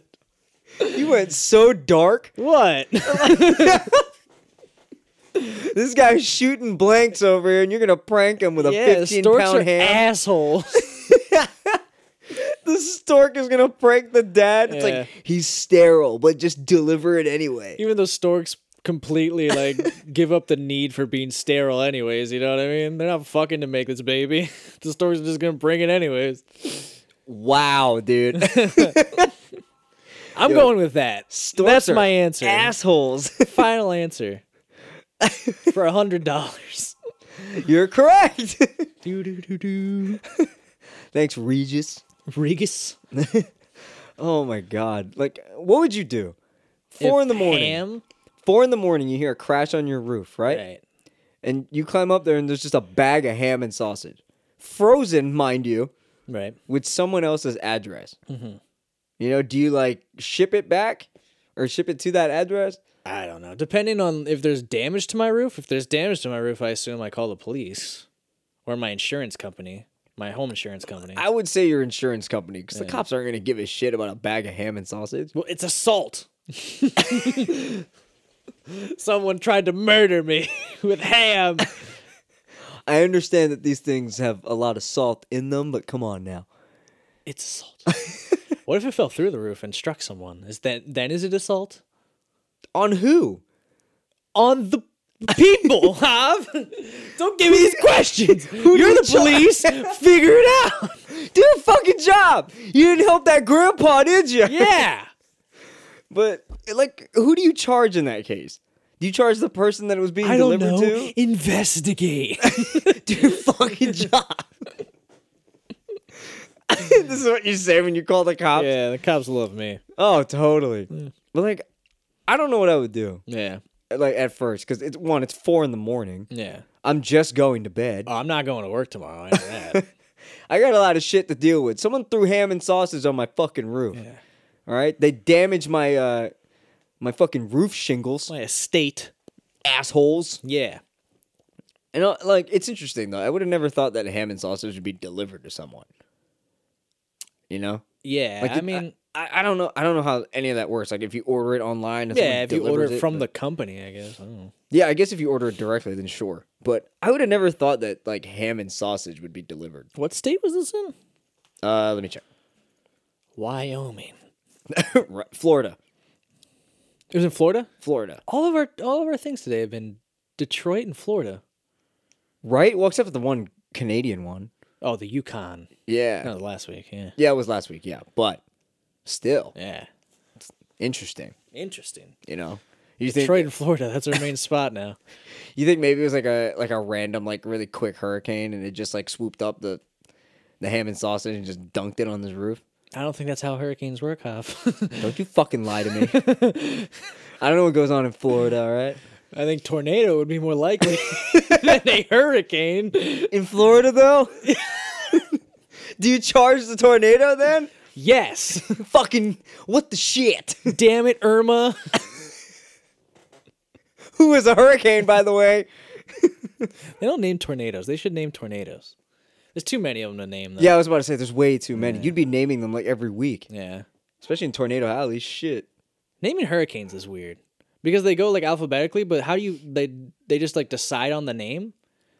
[SPEAKER 1] You went so dark.
[SPEAKER 2] *laughs* What?
[SPEAKER 1] This guy's shooting blanks over here, and you're gonna prank him with a
[SPEAKER 2] yeah,
[SPEAKER 1] 15
[SPEAKER 2] storks
[SPEAKER 1] pound
[SPEAKER 2] are
[SPEAKER 1] ham.
[SPEAKER 2] *laughs* assholes.
[SPEAKER 1] the stork is gonna prank the dad. It's
[SPEAKER 2] Yeah.
[SPEAKER 1] like he's sterile, but just deliver it anyway.
[SPEAKER 2] Even though storks completely *laughs* like give up the need for being sterile, *laughs* anyways. You know what I mean? They're not fucking to make this baby. the storks are just gonna bring it anyways.
[SPEAKER 1] Wow,
[SPEAKER 2] *laughs*
[SPEAKER 1] dude.
[SPEAKER 2] I'm going with that. That's
[SPEAKER 1] are
[SPEAKER 2] my answer.
[SPEAKER 1] Assholes. *laughs*
[SPEAKER 2] Final *laughs* answer. For a hundred dollars.
[SPEAKER 1] You're correct.
[SPEAKER 2] *laughs*
[SPEAKER 1] *laughs*
[SPEAKER 2] Do do do do.
[SPEAKER 1] Thanks, Regis.
[SPEAKER 2] Regis.
[SPEAKER 1] Oh my god. Like what would you do? Four
[SPEAKER 2] If
[SPEAKER 1] in the morning.
[SPEAKER 2] Ham,
[SPEAKER 1] Four in the morning you hear a crash on your roof, right?
[SPEAKER 2] right.
[SPEAKER 1] And you climb up there and there's just a bag of ham and sausage. Frozen, mind you,
[SPEAKER 2] Right.
[SPEAKER 1] with someone else's address.
[SPEAKER 2] Mm-hmm.
[SPEAKER 1] You know, do you like ship it back or ship it to that address?
[SPEAKER 2] I don't know. Depending on if there's damage to my roof, if there's damage to my roof, I assume I call the police or my insurance company, my home insurance company.
[SPEAKER 1] I would say your insurance company because the cops aren't going to give a shit about a bag of ham and sausage.
[SPEAKER 2] well, it's assault. *laughs* Someone tried to murder me *laughs* with ham.
[SPEAKER 1] I understand that these things have a lot of salt in them, but come on now.
[SPEAKER 2] It's assault. *laughs* what if it fell through the roof and struck someone? Is that then is it assault
[SPEAKER 1] On who?
[SPEAKER 2] on the *laughs* people? Have don't give me *laughs* these questions. You're the police. *laughs* Figure it out.
[SPEAKER 1] Do a fucking job. You didn't help that grandpa, did you?
[SPEAKER 2] Yeah.
[SPEAKER 1] But like, who do you charge in that case? Do you charge the person that it was being
[SPEAKER 2] I don't
[SPEAKER 1] delivered
[SPEAKER 2] know.
[SPEAKER 1] to?
[SPEAKER 2] Investigate. *laughs*
[SPEAKER 1] Do your fucking job. *laughs* this is what you say when you call the cops.
[SPEAKER 2] yeah, the cops love me.
[SPEAKER 1] Oh, totally. But like, I don't know what I would do.
[SPEAKER 2] Yeah.
[SPEAKER 1] Like at first, because it's one, it's four in the morning.
[SPEAKER 2] Yeah.
[SPEAKER 1] I'm just going to bed.
[SPEAKER 2] Oh, I'm not going to work tomorrow. I know *laughs* that.
[SPEAKER 1] I got a lot of shit to deal with. Someone threw ham and sausage on my fucking roof. All right, they damaged my uh my fucking roof shingles,
[SPEAKER 2] My estate.
[SPEAKER 1] assholes.
[SPEAKER 2] Yeah.
[SPEAKER 1] And uh, like, it's interesting though. I would have never thought that ham and sausage would be delivered to someone. You know,
[SPEAKER 2] Yeah.
[SPEAKER 1] like
[SPEAKER 2] I
[SPEAKER 1] it-
[SPEAKER 2] mean,
[SPEAKER 1] I, I don't know. I don't know how any of that works. Like, if you order it online, and
[SPEAKER 2] yeah,
[SPEAKER 1] someone
[SPEAKER 2] if you order
[SPEAKER 1] delivers
[SPEAKER 2] it from the company, I guess. I don't know.
[SPEAKER 1] yeah, I guess if you order it directly, then sure. But I would have never thought that like ham and sausage would be delivered.
[SPEAKER 2] What state was this in?
[SPEAKER 1] Uh, let me check. *laughs*
[SPEAKER 2] Wyoming.
[SPEAKER 1] Right, Florida,
[SPEAKER 2] It was in Florida?
[SPEAKER 1] Florida,
[SPEAKER 2] All of our all of our things today have been Detroit and Florida.
[SPEAKER 1] right? Well, except for the one Canadian one.
[SPEAKER 2] Oh, the Yukon.
[SPEAKER 1] Yeah.
[SPEAKER 2] That was last week, yeah.
[SPEAKER 1] Yeah, it was last week. Yeah, but still
[SPEAKER 2] Yeah.
[SPEAKER 1] interesting.
[SPEAKER 2] Interesting.
[SPEAKER 1] You know, you think
[SPEAKER 2] Detroit and Florida, that's our main spot now.
[SPEAKER 1] you think maybe it was like a like a random like really quick hurricane and it just like swooped up the the ham and sausage and just dunked it on this roof.
[SPEAKER 2] I don't think that's how hurricanes work, Hoff. *laughs*
[SPEAKER 1] Don't you fucking lie to me. *laughs* I don't know what goes on in Florida. All right,
[SPEAKER 2] I think tornado would be more likely *laughs* than a hurricane.
[SPEAKER 1] in Florida *laughs* though. Do you charge the tornado then?
[SPEAKER 2] Yes.
[SPEAKER 1] Fucking what the shit? *laughs*
[SPEAKER 2] Damn it, Irma. *laughs*
[SPEAKER 1] Who is a hurricane, by the way?
[SPEAKER 2] They don't name tornadoes. They should name tornadoes. There's too many of them to name. Though.
[SPEAKER 1] Yeah, I was about to say there's way too many. You'd be naming them like every week,
[SPEAKER 2] Yeah.
[SPEAKER 1] especially in Tornado Alley. Shit.
[SPEAKER 2] Naming hurricanes is weird because they go like alphabetically, but how do you they they just like decide on the name?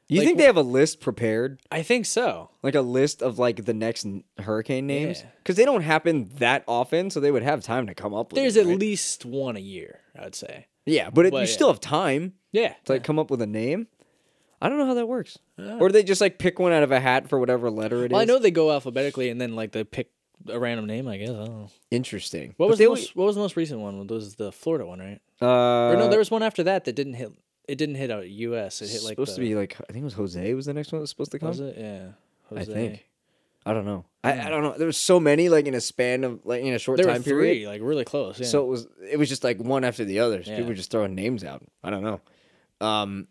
[SPEAKER 1] You
[SPEAKER 2] Like,
[SPEAKER 1] think they have a list prepared,
[SPEAKER 2] I think so.
[SPEAKER 1] like a list of like the next n- hurricane names?
[SPEAKER 2] Yeah.
[SPEAKER 1] Because they don't happen that often, so they would have time to come up with.
[SPEAKER 2] There's
[SPEAKER 1] it,
[SPEAKER 2] at
[SPEAKER 1] right?
[SPEAKER 2] least one a year, I would say.
[SPEAKER 1] yeah, but, it,
[SPEAKER 2] Well,
[SPEAKER 1] you
[SPEAKER 2] yeah.
[SPEAKER 1] still have time
[SPEAKER 2] Yeah.
[SPEAKER 1] to like come up with a name. I don't know how that works. Or they just like pick one out of a hat for whatever letter it is.
[SPEAKER 2] Well, I know they go alphabetically and then like they pick a random name, I guess. I don't know.
[SPEAKER 1] Interesting.
[SPEAKER 2] What
[SPEAKER 1] But
[SPEAKER 2] was
[SPEAKER 1] they
[SPEAKER 2] the most, what was the most recent one? It was the Florida one, right?
[SPEAKER 1] always-
[SPEAKER 2] or no,
[SPEAKER 1] uh,
[SPEAKER 2] there was one after that that didn't hit. It didn't hit out U.S. It hit like
[SPEAKER 1] supposed
[SPEAKER 2] the,
[SPEAKER 1] to be like I think it was Jose was the next one that was supposed to come.
[SPEAKER 2] Was it? Yeah.
[SPEAKER 1] I
[SPEAKER 2] Jose. Hmm.
[SPEAKER 1] think. I don't know. I, I don't know. There was so many like in a span of like in a short
[SPEAKER 2] there were
[SPEAKER 1] time period.
[SPEAKER 2] three, like really close. Yeah.
[SPEAKER 1] So it was it was just like one after the other. So People
[SPEAKER 2] Yeah.
[SPEAKER 1] were just throwing names out. I don't know. Um,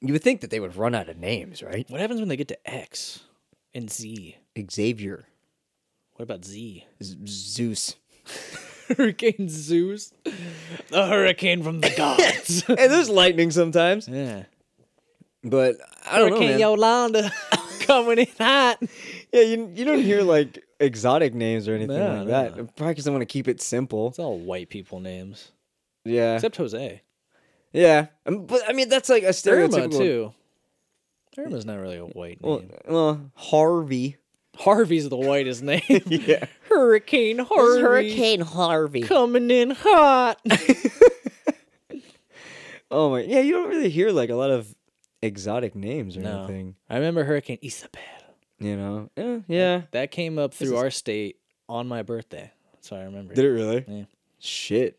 [SPEAKER 1] you would think that they would run out of names, right?
[SPEAKER 2] What happens when they get to X and Z?
[SPEAKER 1] Xavier,
[SPEAKER 2] What about Z?
[SPEAKER 1] Z- Zeus,
[SPEAKER 2] *laughs* Hurricane Zeus? The hurricane from the *laughs* gods.
[SPEAKER 1] and there's lightning sometimes.
[SPEAKER 2] yeah.
[SPEAKER 1] But I don't know,
[SPEAKER 2] Hurricane
[SPEAKER 1] man.
[SPEAKER 2] *laughs* Yolanda coming in hot.
[SPEAKER 1] Yeah, you you don't hear like exotic names or anything
[SPEAKER 2] No,
[SPEAKER 1] like
[SPEAKER 2] no,
[SPEAKER 1] that.
[SPEAKER 2] no.
[SPEAKER 1] Probably because I want to keep it simple.
[SPEAKER 2] It's all white people names.
[SPEAKER 1] Yeah,
[SPEAKER 2] Except Jose.
[SPEAKER 1] yeah. Um, But I mean, that's like a
[SPEAKER 2] Irma,
[SPEAKER 1] stereotypical.
[SPEAKER 2] too. Irma's not really a white
[SPEAKER 1] Well,
[SPEAKER 2] name.
[SPEAKER 1] well, Harvey.
[SPEAKER 2] Harvey's the whitest *laughs* name.
[SPEAKER 1] Yeah.
[SPEAKER 2] Hurricane Harvey.
[SPEAKER 1] Harvey.
[SPEAKER 2] Coming in *laughs* hot.
[SPEAKER 1] Oh my. Yeah, you don't really hear like a lot of exotic names or
[SPEAKER 2] No.
[SPEAKER 1] anything.
[SPEAKER 2] I remember Hurricane Isabel.
[SPEAKER 1] You know? Eh, yeah.
[SPEAKER 2] That came up through our state on my birthday. That's how I remember.
[SPEAKER 1] Did it really?
[SPEAKER 2] Yeah.
[SPEAKER 1] Shit.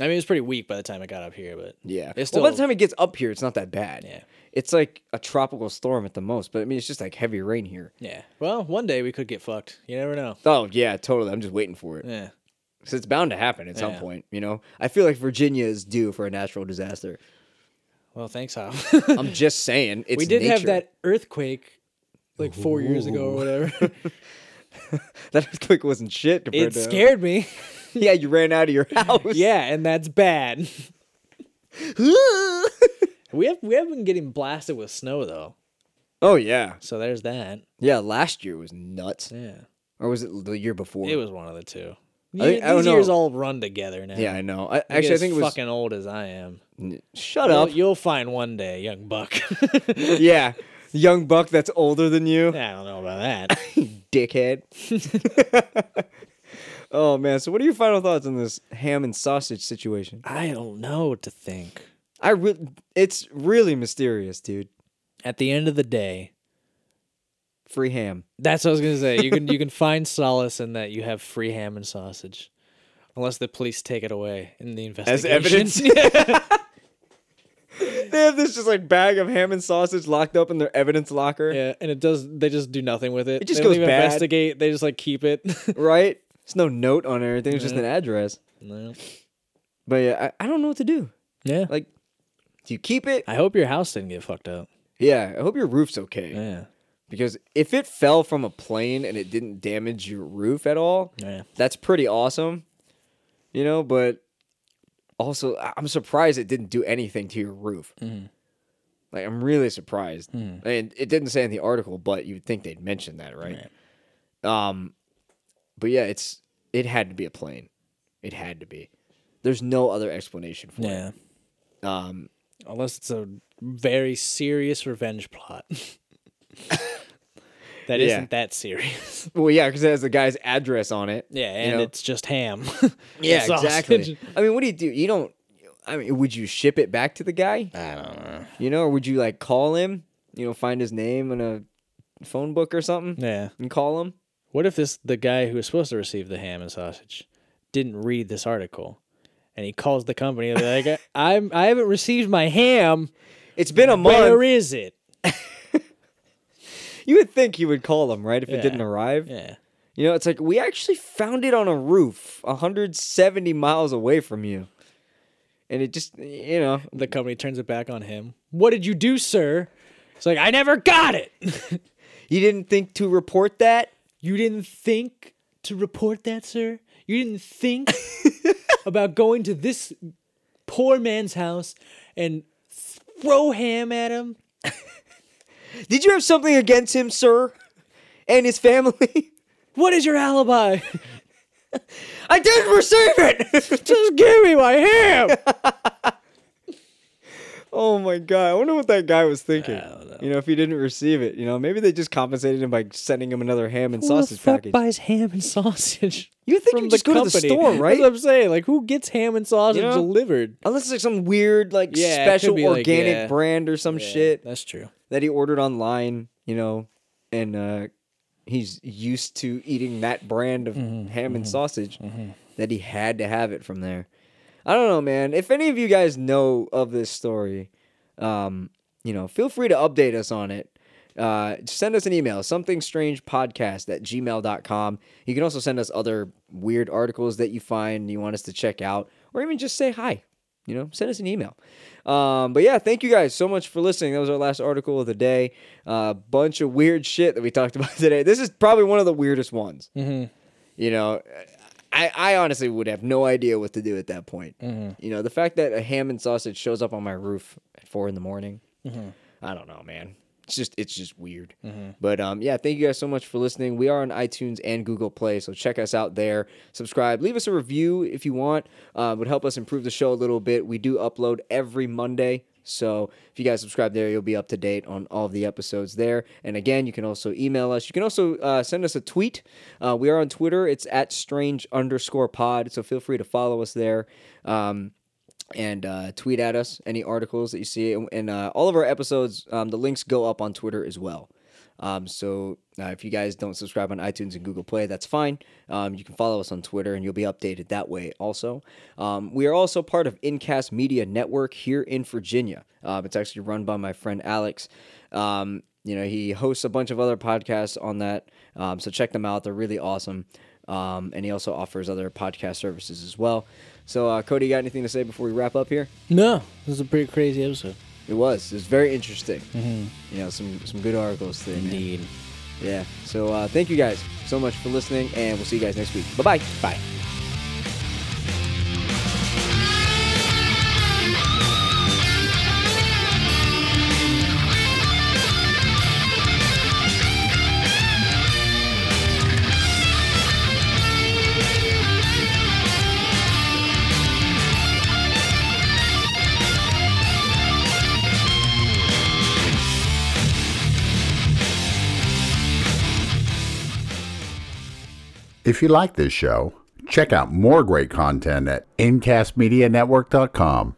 [SPEAKER 2] I mean, it was pretty weak by the time it got up here, but
[SPEAKER 1] Yeah.
[SPEAKER 2] It's
[SPEAKER 1] well, by the
[SPEAKER 2] still-
[SPEAKER 1] time it gets up here, it's not that bad.
[SPEAKER 2] Yeah.
[SPEAKER 1] It's like a tropical storm at the most, but I mean, it's just like heavy rain here.
[SPEAKER 2] yeah. Well, one day we could get fucked. You never know.
[SPEAKER 1] Oh, yeah, totally. I'm just waiting for it.
[SPEAKER 2] Yeah.
[SPEAKER 1] 'Cause it's bound to happen at some
[SPEAKER 2] Yeah.
[SPEAKER 1] point, you know? I feel like Virginia is due for a natural disaster.
[SPEAKER 2] Well, thanks, Hop.
[SPEAKER 1] *laughs*
[SPEAKER 2] *laughs*
[SPEAKER 1] I'm just saying. It's
[SPEAKER 2] we did have
[SPEAKER 1] nature.
[SPEAKER 2] that earthquake like four years ago or whatever.
[SPEAKER 1] *laughs* That earthquake wasn't shit compared
[SPEAKER 2] it
[SPEAKER 1] to.
[SPEAKER 2] scared me.
[SPEAKER 1] *laughs* Yeah, you ran out of your house. *laughs*
[SPEAKER 2] *laughs* yeah, and that's bad. *laughs* we have we have been getting blasted with snow though,
[SPEAKER 1] oh, yeah.
[SPEAKER 2] so there's that.
[SPEAKER 1] Yeah, last year was nuts.
[SPEAKER 2] Yeah,
[SPEAKER 1] Or was it the year before?
[SPEAKER 2] it was one of the two.
[SPEAKER 1] I think-
[SPEAKER 2] These
[SPEAKER 1] I don't
[SPEAKER 2] years
[SPEAKER 1] know.
[SPEAKER 2] all run together now.
[SPEAKER 1] Yeah, I know. I,
[SPEAKER 2] You
[SPEAKER 1] actually,
[SPEAKER 2] get
[SPEAKER 1] I
[SPEAKER 2] as
[SPEAKER 1] think it was.
[SPEAKER 2] fucking old as I am.
[SPEAKER 1] N- Shut
[SPEAKER 2] You'll,
[SPEAKER 1] up.
[SPEAKER 2] you'll find one day, young buck. *laughs* I
[SPEAKER 1] *laughs* yeah. Young buck that's older than you.
[SPEAKER 2] don't know about
[SPEAKER 1] *laughs*
[SPEAKER 2] that.
[SPEAKER 1] Dickhead. *laughs* oh, man. So, what are your final thoughts on this ham and sausage situation?
[SPEAKER 2] I don't know what to think.
[SPEAKER 1] I re- It's really mysterious, dude.
[SPEAKER 2] At the end of the day,
[SPEAKER 1] Free ham.
[SPEAKER 2] That's what I was gonna say. You *laughs* can you can find solace in that you have free ham and sausage, unless the police take it away in the investigation. *laughs*
[SPEAKER 1] evidence?
[SPEAKER 2] Yeah.
[SPEAKER 1] *laughs* They have this just like bag of ham and sausage locked up in their evidence locker,
[SPEAKER 2] yeah, and it does. They just do nothing with it.
[SPEAKER 1] It just
[SPEAKER 2] they don't
[SPEAKER 1] goes
[SPEAKER 2] even
[SPEAKER 1] bad.
[SPEAKER 2] investigate. They just like keep *laughs* it.
[SPEAKER 1] right? There's no note on anything. It's just
[SPEAKER 2] Yeah.
[SPEAKER 1] an address.
[SPEAKER 2] no.
[SPEAKER 1] But yeah, I, I don't know what to do.
[SPEAKER 2] Yeah.
[SPEAKER 1] Like, do you keep it?
[SPEAKER 2] I hope your house didn't get fucked up.
[SPEAKER 1] Yeah, I hope your roof's okay.
[SPEAKER 2] Yeah.
[SPEAKER 1] Because if it fell from a plane and it didn't damage your roof at all,
[SPEAKER 2] Yeah.
[SPEAKER 1] that's pretty awesome. You know, but also I- I'm surprised it didn't do anything to your roof.
[SPEAKER 2] Mm-hmm.
[SPEAKER 1] Like I'm really surprised. And it didn't say in the article, but you'd think they'd mention that, right? Um but yeah, it's it had to be a plane. It had to be. There's no other explanation for
[SPEAKER 2] Yeah.
[SPEAKER 1] it. Um
[SPEAKER 2] Unless it's a very serious revenge plot. *laughs* that
[SPEAKER 1] Yeah.
[SPEAKER 2] not that serious.
[SPEAKER 1] well yeah, cuz it has the guy's address on it.
[SPEAKER 2] Yeah,
[SPEAKER 1] you
[SPEAKER 2] and
[SPEAKER 1] know?
[SPEAKER 2] it's just ham.
[SPEAKER 1] Yeah,
[SPEAKER 2] *laughs* Sausage.
[SPEAKER 1] exactly. I mean, what do you do? You don't. I mean, would you ship it back to the guy?
[SPEAKER 2] I don't know.
[SPEAKER 1] You know, or would you like call him? You know, find his name in a phone book or something
[SPEAKER 2] Yeah.
[SPEAKER 1] and call him.
[SPEAKER 2] What if this the guy who was supposed to receive the ham and sausage didn't read this article, and he calls the company and they're like, *laughs* "I'm I haven't received my ham.
[SPEAKER 1] It's been a
[SPEAKER 2] Where
[SPEAKER 1] month.
[SPEAKER 2] is it?"
[SPEAKER 1] You would think he would call him, right? If
[SPEAKER 2] Yeah.
[SPEAKER 1] it didn't arrive.
[SPEAKER 2] Yeah,
[SPEAKER 1] You know, it's like we actually found it on a roof, 170 miles away from you, and it just, you know,
[SPEAKER 2] the company turns it back on him. What did you do, sir? It's like I never got it. *laughs*
[SPEAKER 1] you didn't think to report that.
[SPEAKER 2] you didn't think to report that, sir. You didn't think about going to this poor man's house and throw ham at him.
[SPEAKER 1] Did you have something against him, sir, and his family? *laughs*
[SPEAKER 2] What is your alibi? *laughs*
[SPEAKER 1] I didn't receive it.
[SPEAKER 2] *laughs*
[SPEAKER 1] *laughs*
[SPEAKER 2] Just give me my ham.
[SPEAKER 1] Oh my god! I wonder what that guy was thinking.
[SPEAKER 2] I don't know.
[SPEAKER 1] You know, if he didn't receive it, you know, maybe they just compensated him by sending him another ham and
[SPEAKER 2] Who
[SPEAKER 1] sausage
[SPEAKER 2] the fuck
[SPEAKER 1] package.
[SPEAKER 2] buys ham
[SPEAKER 1] *laughs*
[SPEAKER 2] and sausage
[SPEAKER 1] you think you just go to the store,
[SPEAKER 2] *laughs* That's what
[SPEAKER 1] right?
[SPEAKER 2] I'm saying. Like, who gets ham and sausage
[SPEAKER 1] You know?
[SPEAKER 2] delivered?
[SPEAKER 1] Unless it's like some weird, like
[SPEAKER 2] Yeah, it could
[SPEAKER 1] special
[SPEAKER 2] be, like,
[SPEAKER 1] organic
[SPEAKER 2] yeah.
[SPEAKER 1] brand or some shit
[SPEAKER 2] That's true.
[SPEAKER 1] that he ordered online, you know, and uh, he's used to eating that brand of
[SPEAKER 2] Mm-hmm,
[SPEAKER 1] ham and sausage that he had to have it from there. I don't know, man. If any of you guys know of this story, um, you know, feel free to update us on it. Uh, just send us an email, somethingstrangepodcast at gmail.com. You can also send us other weird articles that you find you want us to check out, or even just say hi. You know, send us an email. Um, but yeah, thank you guys so much for listening. That was our last article of the day. A bunch of weird shit that we talked *laughs* about today. This is probably one of the weirdest ones. You know, I, I honestly would have no idea what to do at that point. You know, the fact that a ham and sausage shows up on my roof at four in the morning, I don't know, man. It's just it's just weird. But um, yeah, thank you guys so much for listening. We are on iTunes and Google Play, so check us out there. Subscribe, leave us a review if you want. Uh, would help us improve the show a little bit. We do upload every Monday. So if you guys subscribe there, you'll be up to date on all of the episodes there. And again, you can also email us. You can also uh, send us a tweet. Uh, we are on Twitter. It's at strange underscore pod. So feel free to follow us there. Um, and uh, tweet at us any articles that you see. And uh, all of our episodes, um, the links go up on Twitter as well. Um, so uh, if you guys don't subscribe on iTunes and Google Play, that's fine. Um, you can follow us on Twitter and you'll be updated that way also. Um, we are also part of Incast Media Network here in Virginia. Um, it's actually run by my friend Alex. Um, you know, he hosts a bunch of other podcasts on that. Um, so check them out. They're really awesome. Um, and he also offers other podcast services as well. So, uh, Cody, you got anything to say before we wrap up here?
[SPEAKER 2] No, this is a pretty crazy episode.
[SPEAKER 1] It was. It was very interesting. You know, some some good articles today. man.
[SPEAKER 2] Indeed.
[SPEAKER 1] Yeah. So uh, thank you guys so much for listening, and we'll see you guys next week. Bye bye. Bye.
[SPEAKER 4] If you like this show, check out more great content at incastmedianetwork.com.